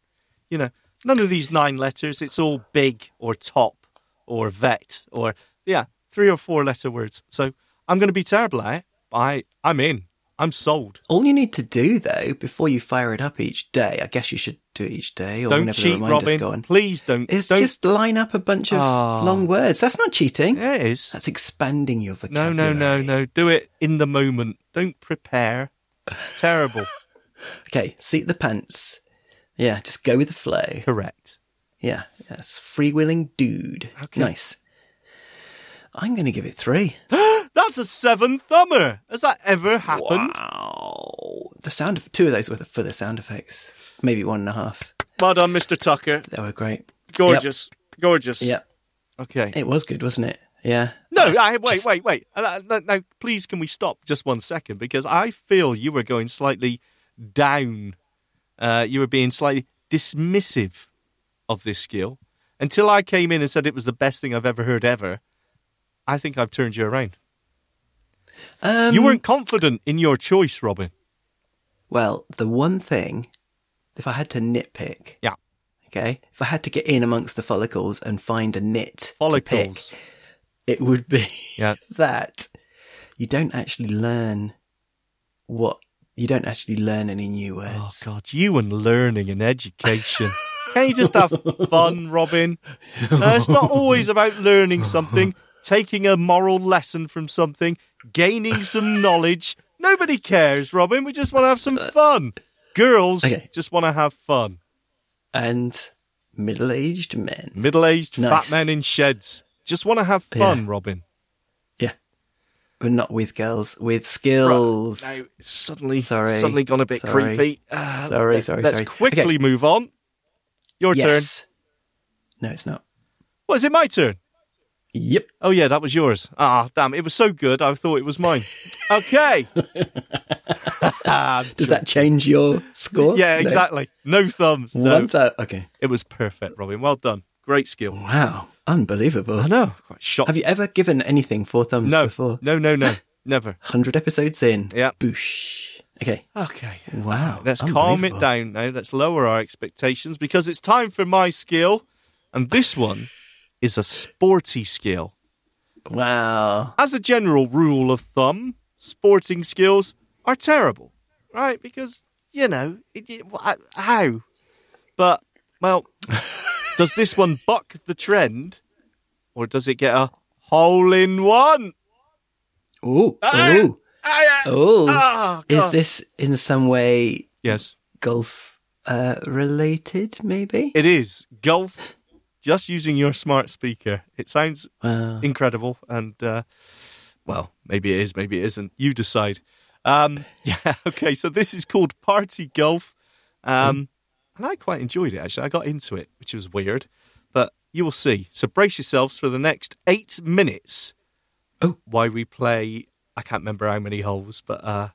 S1: You know, none of these nine letters. It's all big or top or vet or, yeah, three or four letter words. So I'm going to be terrible at it. I, I'm in. I'm sold.
S2: All you need to do though, before you fire it up each day, I guess you should do it each day or
S1: don't
S2: whenever the
S1: cheat,
S2: reminders
S1: Robin.
S2: go on.
S1: Please don't.
S2: Is
S1: don't.
S2: just line up a bunch of
S1: Ah.
S2: long words. That's not cheating.
S1: Yeah, it is.
S2: That's expanding your
S1: No,
S2: vocabulary.
S1: no, no, no. Do it in the moment. Don't prepare. It's terrible.
S2: Okay, seat the pants. Yeah, just go with the flow.
S1: Correct.
S2: Yeah, yes, freewheeling dude.
S1: Okay.
S2: Nice. I'm going to give it three.
S1: That's a seven thumber. Has that ever happened?
S2: Wow. The sound of two of those were the, for the sound effects. Maybe one and a half.
S1: Well done, Mr. Tucker.
S2: They were great.
S1: Gorgeous. Gorgeous.
S2: Yep.
S1: Okay.
S2: It was good, wasn't it? Yeah.
S1: No, I, wait, wait, wait. Uh, no, no, please, can we stop just one second? Because I feel you were going slightly down. Uh, you were being slightly dismissive of this skill. Until I came in and said it was the best thing I've ever heard ever, I think I've turned you around.
S2: Um,
S1: you weren't confident in your choice, Robin.
S2: Well, the one thing, if I had to nitpick,
S1: Yeah.
S2: okay, if I had to get in amongst the follicles and find a nit to pick,
S1: Follicles.
S2: it would be
S1: Yeah.
S2: that you don't actually learn what you don't actually learn any new
S1: Oh
S2: words.
S1: God, you and learning and education. Can you just have fun, Robin? Uh, it's not always about learning something, taking a moral lesson from something, gaining some knowledge. Nobody cares, Robin. We just want to have some fun. Girls
S2: Uh, Okay.
S1: just want to have fun.
S2: And middle-aged men.
S1: Middle-aged
S2: Nice.
S1: fat men in sheds just want to have fun, Robin.
S2: Yeah. But not with girls, with skills.
S1: Now it's suddenly,
S2: Sorry.
S1: suddenly gone a bit
S2: Sorry.
S1: creepy. Uh,
S2: Sorry,
S1: let's,
S2: sorry,
S1: Let's
S2: sorry.
S1: quickly
S2: Okay.
S1: move on. Your turn.
S2: yes. No, it's not.
S1: What is it? My turn.
S2: Yep.
S1: Oh yeah, that was yours. Ah, damn! It was so good, I thought it was mine. Okay.
S2: Does that change your score?
S1: yeah,
S2: No.
S1: exactly. No thumbs. No,
S2: One thou- okay.
S1: it was perfect, Robin. Well done. Great skill.
S2: Wow. Unbelievable.
S1: I know. Quite shocked.
S2: Have you ever given anything four thumbs
S1: no,
S2: before?
S1: no, no, no, never.
S2: 100 episodes in.
S1: Yeah.
S2: Boosh. Okay.
S1: Okay.
S2: Wow.
S1: Let's calm it
S2: Unbelievable.
S1: down now. Let's lower our expectations because it's time for my skill, and this one is a sporty skill.
S2: Wow.
S1: as a general rule of thumb, sporting skills are terrible, right? Because you know it, it, wha- how. But well, does this one buck the trend, or does it get a hole in one?
S2: Ooh.
S1: Ah!
S2: Ooh.
S1: Ah, yeah.
S2: Ooh.
S1: Ah,
S2: Is
S1: God.
S2: this in some way
S1: Yes,
S2: golf uh, related, maybe?
S1: it is golf. Just using your smart speaker, it sounds
S2: Wow.
S1: incredible and uh, well maybe it is maybe it isn't you decide um, yeah okay so this is called party golf
S2: Mm.
S1: um, and i quite enjoyed it actually i got into it which was weird but you will see so brace yourselves for the next eight minutes
S2: Oh.
S1: why we play i can't remember how many holes but uh,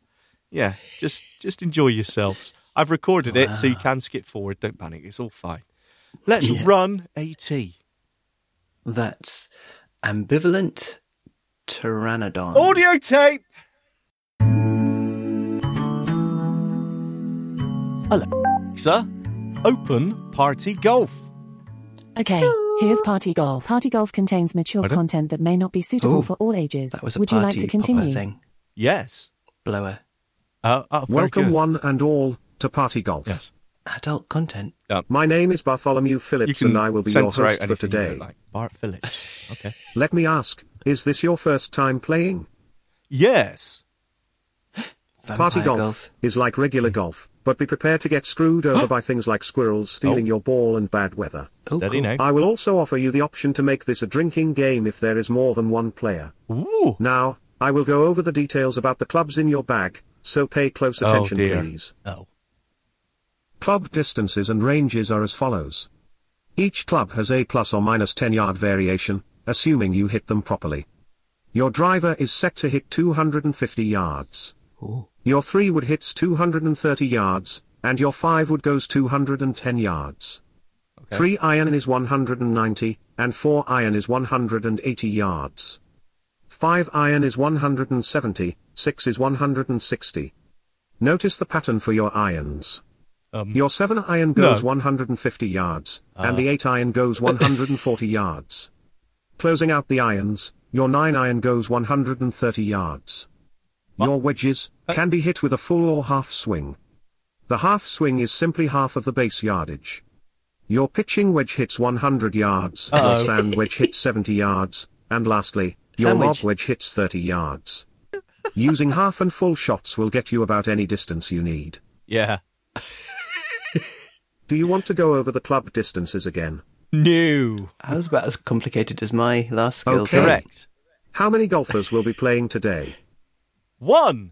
S1: yeah just just enjoy yourselves i've recorded it so you can skip forward don't panic it's all fine let's
S2: Yeah.
S1: run at
S2: That's ambivalent pteranodon.
S1: audio tape Alexa, open party golf.
S3: Okay, here's Party Golf. Party Golf contains mature
S1: Pardon?
S3: content that may not be suitable
S2: Ooh,
S3: for all ages.
S2: That was a
S3: Would you
S2: party
S3: like to continue?
S2: popper thing.
S1: Yes.
S2: Blower.
S1: Uh, oh, very
S6: Welcome,
S1: good.
S6: one and all, to Party Golf.
S1: Yes. Um,
S2: Adult content.
S6: My name is Bartholomew
S1: You
S6: Phillips,
S1: can
S6: and I will be your
S1: censor out
S6: host for
S1: anything you
S6: today.
S1: don't like. Bart Phillips. Okay.
S6: Let me ask: Is this your first time playing?
S1: yes.
S6: Party
S2: Vampire
S6: golf,
S2: golf.
S6: is like regular golf, but be prepared to get screwed over by things like squirrels stealing
S1: Oh.
S6: your ball and bad weather.
S2: Oh,
S1: Steady now.
S2: cool.
S6: I will also offer you the option to make this a drinking game if there is more than one player.
S1: Ooh.
S6: Now, I will go over the details about the clubs in your bag, so pay close attention,
S1: oh dear.
S6: please.
S1: Oh.
S6: Club distances and ranges are as follows. Each club has a plus or minus 10 yard variation, assuming you hit them properly. Your driver is set to hit 250 yards.
S2: Ooh.
S6: Your 3 wood hits 230 yards, and your 5 wood goes 210 yards. 3 iron is 190, and 4 iron is 180 yards. 5 iron is 170, 6 is 160. Notice the pattern for your irons.
S1: Um,
S6: Your 7 iron goes
S1: No.
S6: 150 yards,
S1: Ah.
S6: and the 8 iron goes 140 yards. Closing out the irons, your 9 iron goes 130 yards. Your wedges
S1: Uh.
S6: can be hit with a full or half swing. The half swing is simply half of the base yardage. Your pitching wedge hits 100 yards,
S1: Uh-oh.
S6: your sand wedge hits 70 yards, and lastly, your
S2: Sand
S6: lob
S2: wedge.
S6: wedge hits 30 yards. Using half and full shots will get you about any distance you need.
S1: yeah.
S6: Do you want to go over the club distances again?
S1: New.
S2: That was about as complicated as my last skills.
S6: Okay.
S2: were.
S1: Oh, Correct.
S6: How many golfers will be playing today?
S1: One.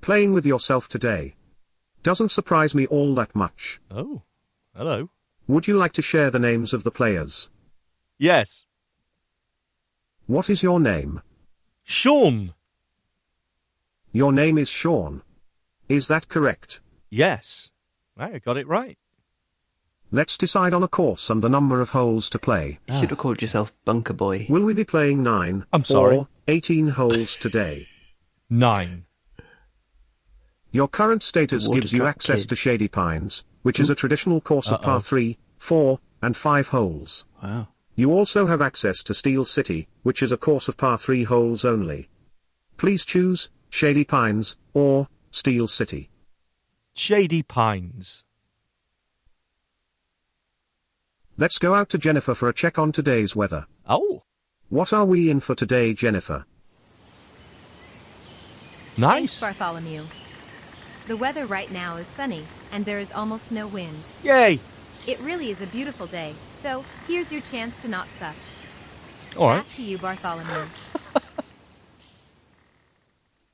S6: Playing with yourself today. Doesn't surprise me all that much.
S1: Oh. Hello.
S6: Would you like to share the names of the players?
S1: Yes.
S6: What is your name?
S1: Sean.
S6: Your name is Sean. Is that correct?
S1: Yes. Right, I got it right.
S6: Let's decide on a course and the number of holes to play.
S2: You should have called yourself Bunker Boy.
S6: Will we be playing 9
S1: I'm sorry.
S6: or 18 holes today?
S1: Nine.
S6: Your current status
S2: Water
S6: gives you
S2: drop
S6: access
S2: kid.
S6: to Shady Pines, which is a traditional course of
S1: Uh-oh.
S6: par 3, 4, and 5 holes.
S2: Wow.
S6: You also have access to Steel City, which is a course of par 3 holes only. Please choose Shady Pines or Steel City.
S1: Shady Pines.
S6: Let's go out to Jennifer for a check on today's weather.
S1: Oh,
S6: What are we in for today, Jennifer?
S1: nice.
S7: Thanks, Bartholomew. The weather right now is sunny, and there is almost no wind.
S1: Yay.
S7: It really is a beautiful day, so here's your chance to not suck.
S1: All right.
S7: Back to you, Bartholomew.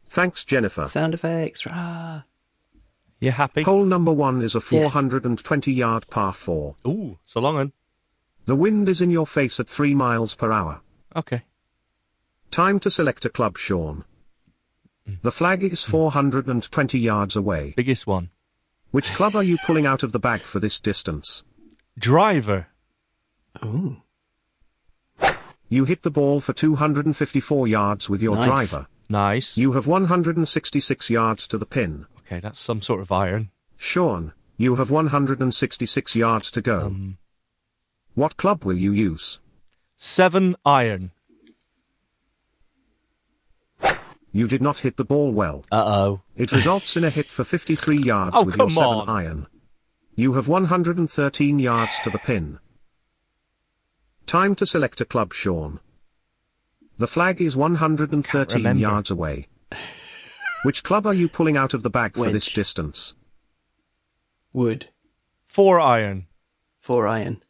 S6: Thanks, Jennifer.
S2: Sound effects. Rah.
S1: You happy?
S6: Hole number 1 is a
S2: Yes.
S6: 420 yard par 4.
S1: Ooh, so long un.
S6: The wind is in your face at 3 miles per hour.
S1: Okay.
S6: Time to select a club, Sean. The flag is 420 yards away.
S1: Biggest one.
S6: Which club are you pulling out of the bag for this distance?
S1: Driver.
S2: Ooh.
S6: You hit the ball for 254 yards with your
S2: Nice.
S6: driver.
S1: Nice.
S6: You have 166 yards to the pin.
S1: Okay, that's some sort of iron.
S6: Sean, you have 166 yards to go.
S1: Um,
S6: what club will you use?
S1: seven iron.
S6: You did not hit the ball well.
S1: Uh oh.
S6: It results in a hit for 53 yards
S1: Oh,
S6: with your
S1: come
S6: 7
S1: on.
S6: iron. You have 113 yards to the pin. Time to select a club, Sean. The flag is 113
S1: remember.
S6: yards away. Which club are you pulling out of the bag for this
S2: Wedge.
S6: distance?
S2: Wood.
S1: Four iron.
S2: Four iron.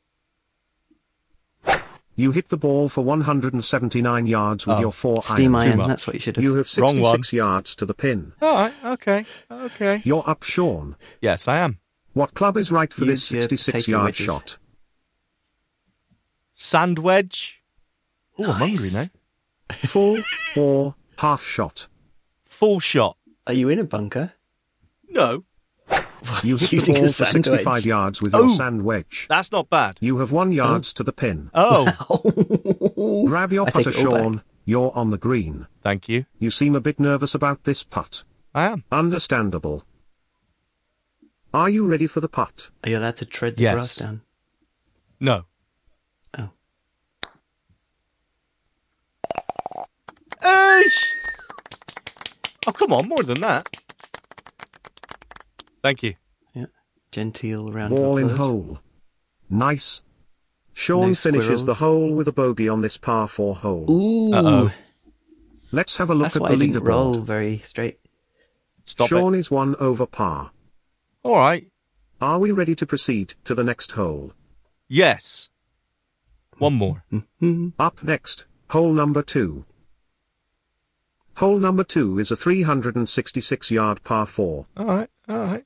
S6: You hit the ball for 179 yards with
S1: Oh,
S6: your four
S2: Steam
S6: iron.
S1: too
S2: iron.
S1: much.
S2: That's what you should have.
S6: You have
S1: Wrong one.
S6: 66 yards to the pin.
S1: All right. Okay. Okay.
S6: You're up, Sean.
S1: Yes, I am.
S6: What club is right for
S2: Use your
S6: this 66
S2: potato
S6: yard
S2: wedges.
S6: shot?
S1: Sand wedge. Oh, I'm hungry
S2: Nice.
S1: now.
S6: Full or half shot?
S1: Full shot.
S2: Are you in a bunker?
S1: No,
S6: You hit the
S2: Using a
S6: ball for
S2: sand
S6: 65
S2: wedge.
S6: yards with
S1: Oh.
S6: your sand wedge.
S1: that's not bad.
S6: You have one yards to the pin.
S1: Oh,
S6: Grab your
S2: Oh! I take
S6: putter,
S2: it all back.
S6: Sean. You're on the green.
S1: thank you.
S6: You seem a bit nervous about this putt.
S1: I am.
S6: Understandable. Are you ready for the putt?
S2: Are you allowed to tread the
S1: Yes.
S2: grass down?
S1: No.
S2: Oh.
S1: Eish! Oh, come on, more than that. Thank you.
S2: Yeah. Genteel round.
S6: Ball in
S2: applause.
S6: hole. Nice. Sean
S2: No
S6: finishes the
S2: squirrels.
S6: hole with a bogey on this par 4 hole.
S2: Ooh.
S1: Uh-oh.
S6: Let's have a look
S2: That's
S6: at
S2: why
S6: the
S2: I didn't roll
S6: leaderboard.
S2: very straight.
S1: Stop
S6: Sean
S1: it.
S6: is one over par.
S1: All right.
S6: Are we ready to proceed to the next hole?
S1: Yes. One more.
S2: Hmm.
S6: Up next, hole number two. Hole number two is a 366 yard par four.
S1: All right. All right.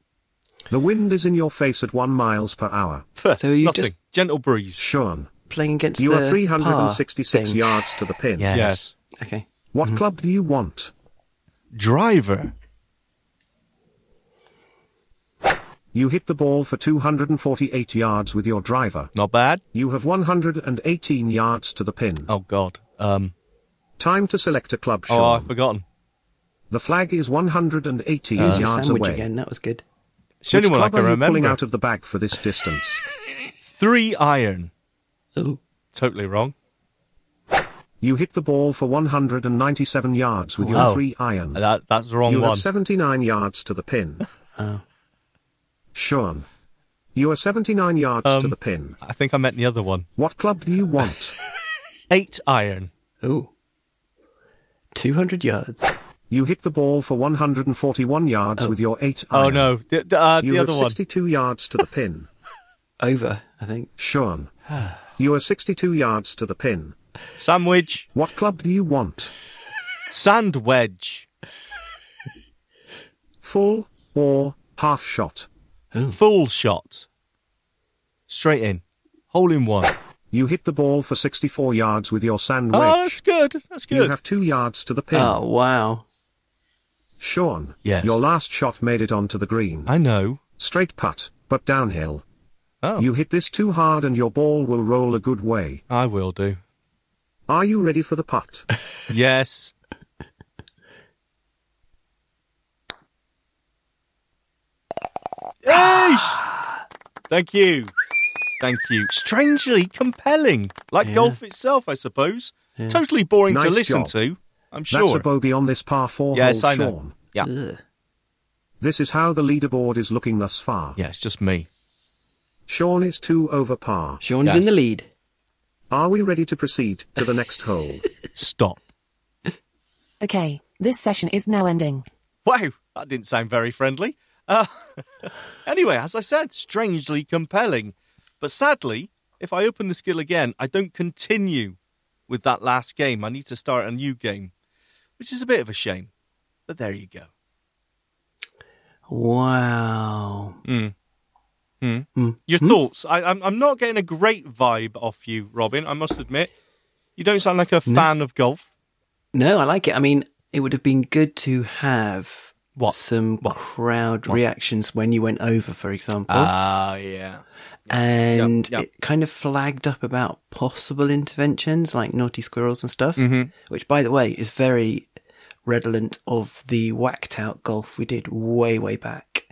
S6: The wind is in your face at one miles per hour.
S2: So you
S1: Nothing.
S2: just-
S1: gentle breeze.
S6: Sean,
S2: Playing against
S6: you
S2: the
S6: are 366
S2: par thing.
S6: yards to the pin.
S2: Yeah. Yes.
S1: yes.
S2: Okay.
S6: What
S1: Mm-hmm.
S6: club do you want?
S1: Driver.
S6: You hit the ball for 248 yards with your driver.
S1: Not bad.
S6: You have 118 yards to the pin.
S1: Oh God. Um.
S6: Time to select a club,
S1: Oh, I've
S6: Sean.
S1: forgotten.
S6: the flag is 118
S2: Use your
S6: Uh, yards
S2: sandwich
S6: away.
S2: again. That was good.
S1: It's the only
S6: Which
S1: one I
S6: club
S1: can
S6: are you pulling
S1: remember.
S6: out of the bag for this distance?
S1: Three iron.
S2: Ooh.
S1: Totally wrong.
S6: You hit the ball for 197 yards with
S1: Wow.
S6: your three iron.
S1: That that's the wrong
S6: you
S1: one.
S6: have 79 yards to the pin.
S2: Oh.
S6: Sean. You are 79 yards to
S1: Um,
S6: the pin.
S1: I think I meant the other one.
S6: What club do you want?
S1: Eight iron.
S2: Ooh. 200 yards.
S6: you hit the ball for 141 yards
S2: Oh.
S6: with your eight
S1: Oh
S6: iron.
S1: no, the, the, uh,
S6: You
S1: the
S6: have
S1: other one.
S6: 62 yards to the pin.
S2: Over, I think.
S6: Sean. You are 62 yards to the pin.
S1: Sandwich.
S6: What club do you want?
S1: Sand wedge.
S6: Full or half shot?
S1: Full shot. Straight in. Hole in one.
S6: You hit the ball for 64 yards with your sandwich.
S1: Oh, that's good. That's
S6: You
S1: good.
S6: have two yards to the pin.
S2: Oh, wow.
S6: Sean,
S1: Yes.
S6: your last shot made it onto the green.
S1: I know.
S6: Straight putt, but downhill.
S1: Oh,
S6: You hit this too hard and your ball will roll a good way.
S1: I will do.
S6: Are you ready for the putt?
S1: Yes. Yeesh! Thank you. Thank you. Strangely compelling, like
S2: Yeah.
S1: golf itself, I suppose.
S2: Yeah.
S1: Totally boring to
S6: Nice
S1: listen
S6: job.
S1: to, I'm
S6: That's a
S1: sure.
S6: bogey on this par 4
S1: yes,
S6: hole,
S1: I know.
S6: Sean.
S1: Yeah.
S2: Ugh.
S6: This is how the leaderboard is looking thus far.
S1: Yeah, it's just me.
S6: Sean is two over par.
S2: Sean's
S1: Yes.
S2: in the lead.
S6: Are we ready to proceed to the next hole?
S1: Stop.
S3: Okay, this session is now ending.
S1: Wow, that didn't sound very friendly. Uh, anyway, as I said, strangely compelling. But sadly, if I open the skill again, I don't continue with that last game. I need to start a new game, which is a bit of a shame. But there you go.
S2: Wow.
S1: Your thoughts? I, I'm, I'm not getting a great vibe off you, Robin, I must admit. You don't sound like a fan of golf.
S2: No, I like it. I mean, it would have been good to have
S1: What?
S2: some
S1: What?
S2: crowd
S1: What?
S2: reactions when you went over, for example.
S1: Ah, yeah.
S2: and
S1: yeah, yeah.
S2: it kind of flagged up about possible interventions like naughty squirrels and stuff,
S1: Mm. Mm-hmm. Um,
S2: which, by the way, is very redolent of the whacked out golf we did way, way back.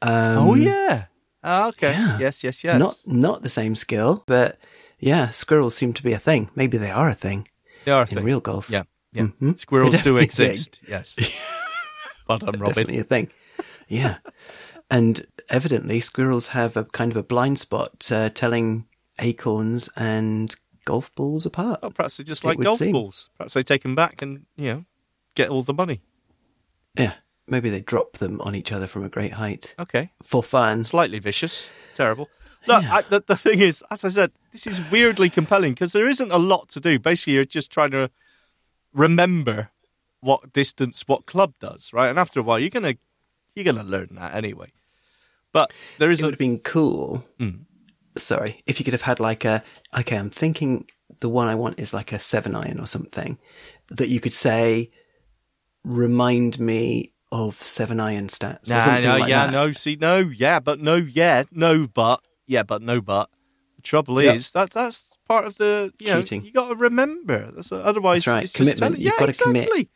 S2: Um,
S1: oh, yeah. Ah, okay.
S2: yeah.
S1: Yes, yes, yes.
S2: Not, not the same skill, but yeah, squirrels seem to be a thing. Maybe they are a thing
S1: They are a
S2: in
S1: thing.
S2: real golf.
S1: Yeah, yeah.
S2: Mhm.
S1: Squirrels
S2: They're
S1: do
S2: definitely
S1: exist. Yes. well done,
S2: definitely
S1: Robin.
S2: a thing. Yeah, and evidently squirrels have a kind of a blind spot uh, telling acorns and golf balls apart.
S1: Oh, perhaps they just
S2: It
S1: like
S2: would
S1: golf
S2: seem.
S1: balls. Perhaps they take them back and you know get all the money.
S2: Yeah, maybe they drop them on each other from a great height
S1: Okay,
S2: for fun.
S1: slightly vicious, terrible. Look, I, the, the thing is, as I said, this is weirdly compelling because there isn't a lot to do. Basically, you're just trying to remember what distance what club does, right? And after a while, you're gonna you're gonna learn that anyway. But there
S2: It would
S1: isn't.
S2: have been cool.
S1: Mm.
S2: Sorry, if you could have had like a okay, I'm thinking the one I want is like a seven iron or something that you could say, remind me of seven iron stats. or
S1: Nah,
S2: something
S1: no,
S2: like
S1: yeah,
S2: that.
S1: no, see, no, yeah, but no, yeah, no, but yeah, but no, but. The trouble
S2: Yep.
S1: is that that's part of the you know,
S2: Cheating.
S1: You got to remember. That's uh, otherwise,
S2: That's right,
S1: It's Just
S2: commitment.
S1: telling,
S2: You've
S1: yeah,
S2: gotta
S1: exactly.
S2: commit.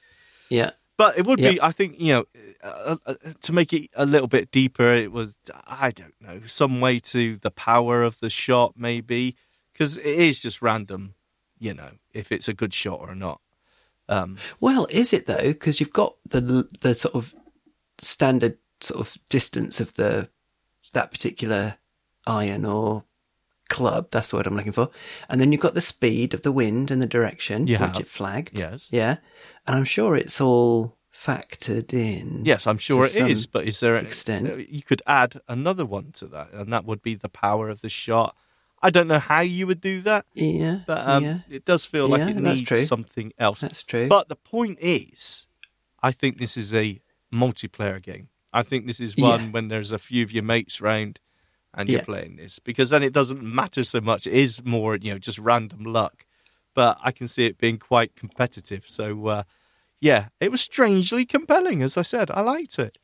S2: Yeah,
S1: But it would be,
S2: Yep.
S1: I think, you know, uh, uh, to make it a little bit deeper, it was I don't know some way to the power of the shot, maybe because it is just random, you know, if it's a good shot or not. Um,
S2: Well, is it though? Because you've got the the sort of standard sort of distance of the that particular iron or club. That's the word I'm looking for. And then you've got the speed of the wind and the direction
S1: You
S2: which
S1: have.
S2: it flagged.
S1: Yes.
S2: Yeah. And I'm sure it's all factored in.
S1: Yes, I'm sure
S2: to
S1: it
S2: some
S1: is. But is there an
S2: extent.
S1: You could add another one to that, and that would be the power of the shot. I don't know how you would do that,
S2: Yeah,
S1: but um,
S2: yeah,
S1: it does feel like
S2: Yeah,
S1: it
S2: that's
S1: needs
S2: true.
S1: something else.
S2: that's true.
S1: But the point is, I think this is a multiplayer game. I think this is one
S2: Yeah.
S1: when there's a few of your mates round and you're
S2: Yeah.
S1: playing this because then it doesn't matter so much. It is more, you know, just random luck. But I can see it being quite competitive. So, uh, yeah, it was strangely compelling, as I said. I liked it.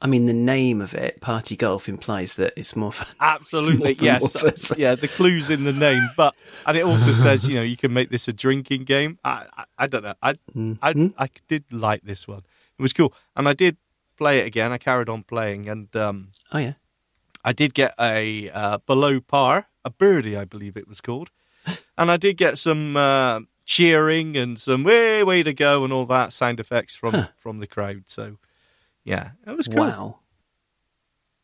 S2: I mean, the name of it, party golf, implies that it's more fun.
S1: Absolutely,
S2: More
S1: yes.
S2: amorphous.
S1: Yeah, the clue's in the name, but and it also says you know you can make this a drinking game. I I, I don't know. I,
S2: Mm-hmm.
S1: I I did like this one. It was cool, and I did play it again. I carried on playing, and um,
S2: Oh yeah,
S1: I did get a uh, below par, a birdie, I believe it was called, and I did get some uh, cheering and some way way to go and all that sound effects from from the crowd. So yeah, it was cool.
S2: wow,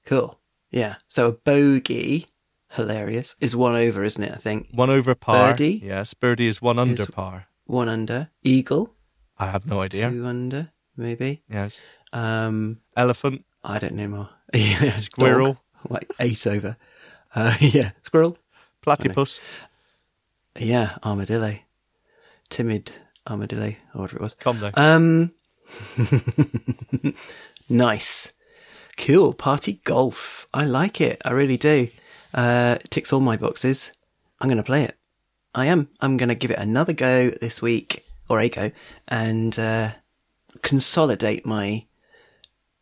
S2: cool. Yeah, so a bogey, hilarious, is one over, isn't it? I think
S1: One over par.
S2: Birdie?
S1: Yes, birdie is one under par.
S2: one under, eagle,
S1: I have no idea.
S2: two under, maybe.
S1: Yes.
S2: Um,
S1: Elephant.
S2: I don't know more. yeah, dog,
S1: Squirrel.
S2: like eight over. Uh, yeah, squirrel.
S1: Platypus.
S2: Yeah, armadillo, timid armadillo, or whatever it was.
S1: Come though.
S2: Um, nice, cool party golf. I like it. I really do. Uh, it ticks all my boxes. I'm going to play it. I am. I'm going to give it another go this week or a go and uh, consolidate my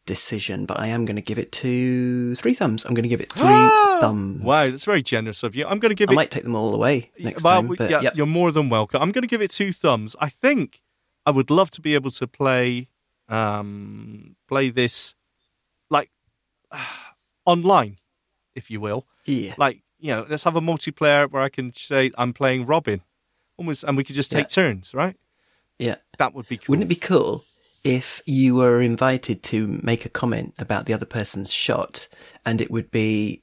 S2: decision. But I am going to give it two, three thumbs. I'm going to give it three thumbs.
S1: wow, that's very generous of you. I'm going to give
S2: I
S1: it.
S2: might take them all away next
S1: well,
S2: time.
S1: we-
S2: But
S1: yeah,
S2: yep.
S1: you're more than welcome. I'm going to give it two thumbs. I think I would love to be able to play, um, play this, like online, if you will.
S2: yeah,
S1: Like you know, let's have a multiplayer where I can say I'm playing Robin, almost, and we could just take
S2: Yeah.
S1: turns, right?
S2: yeah.
S1: That would be cool.
S2: Wouldn't it be cool if you were invited to make a comment about the other person's shot and it would be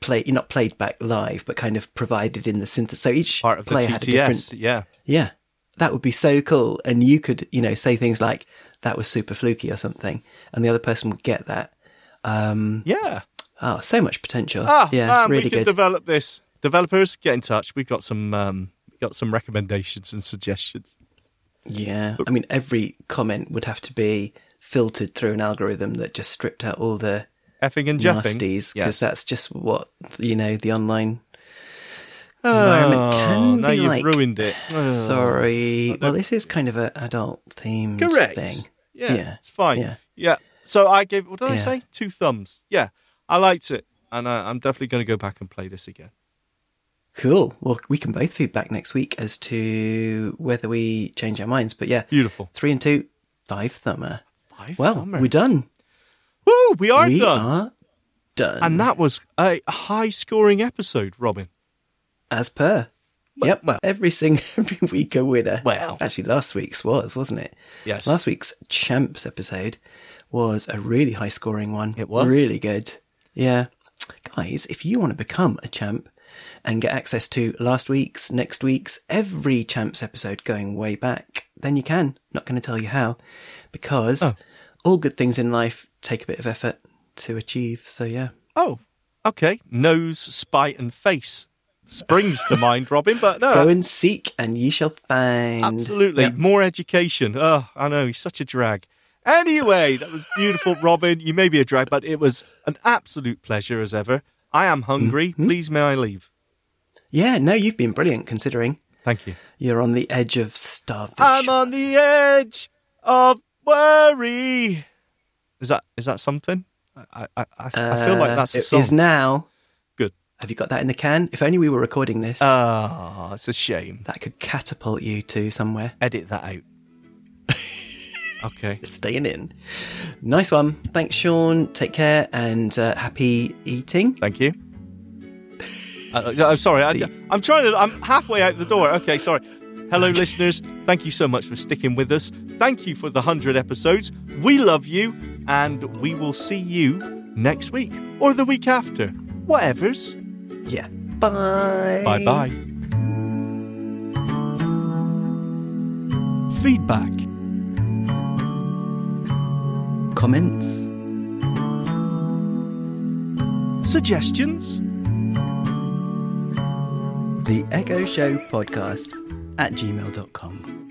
S2: play not played back live but kind of provided in the synth so each
S1: part of the
S2: player had a different
S1: TTS? Yeah.
S2: yeah that would be so cool and you could you know say things like that was super fluky or something and the other person would get that um
S1: Yeah.
S2: oh so much potential
S1: Ah,
S2: yeah
S1: man,
S2: really
S1: we could
S2: good
S1: develop this. Developers, get in touch. We've got some um, we've got some recommendations and suggestions.
S2: Yeah, I mean, every comment would have to be filtered through an algorithm that just stripped out all the
S1: Effing and jeffing.
S2: nasties
S1: Yes.
S2: because that's just what you know the online
S1: Oh,
S2: environment can
S1: Ah, now
S2: be
S1: you've
S2: like.
S1: ruined it. Oh.
S2: Sorry. Well, this is kind of an adult themed
S1: Correct.
S2: thing.
S1: Yeah,
S2: Yeah.
S1: It's fine. Yeah.
S2: Yeah.
S1: So I gave. What did I
S2: Yeah.
S1: say? Two thumbs. Yeah. I liked it, and I, I'm definitely going to go back and play this again.
S2: Cool. Well, we can both feedback next week as to whether we change our minds. But yeah,
S1: Beautiful.
S2: three and two, five thumber.
S1: Five
S2: Well,
S1: thumber.
S2: we're done.
S1: Woo, we are
S2: we
S1: done.
S2: are done.
S1: And that was a high-scoring episode, Robin.
S2: As per. yep.
S1: well-
S2: every single every week a winner.
S1: Well.
S2: actually, last week's was, wasn't it?
S1: Yes.
S2: Last week's champs episode was a really high scoring one.
S1: It was.
S2: really good. Yeah, guys, if you want to become a champ and get access to last week's, next week's, every champs episode going way back, then you can. Not going to tell you how, because
S1: Oh.
S2: all good things in life take a bit of effort to achieve. So yeah.
S1: Oh, okay. Nose, spite, and face springs to mind, Robin. But no,
S2: Go and seek, and you shall find.
S1: Ah. Absolutely. More education. Oh, I know. He's such a drag. Anyway, that was beautiful, Robin. You may be a drag, but it was an absolute pleasure as ever. I am hungry.
S2: Mm-hmm.
S1: Please, may I leave?
S2: Yeah, no, you've been brilliant considering
S1: Thank you.
S2: you're on the edge of starvation.
S1: I'm on the edge of worry. Is that is that something? I I, I, I feel like
S2: Uh,
S1: that's a
S2: it
S1: song.
S2: is now.
S1: Good.
S2: Have you got that in the can? If only we were recording this,
S1: Ah, it's a shame.
S2: that could catapult you to somewhere.
S1: Edit that out. okay.
S2: Staying in. Nice one. Thanks, Sean. Take care and uh, happy eating.
S1: Thank you. Uh, I'm sorry. I, I'm trying to. I'm halfway out the door. Okay, sorry. Hello, listeners. Thank you so much for sticking with us. Thank you for the 100 episodes. We love you, and we will see you next week or the week after. Whatever's.
S2: Yeah. Bye.
S1: Bye bye. Feedback.
S2: comments.
S1: Suggestions?
S2: The Echo Show Podcast at gmail.com.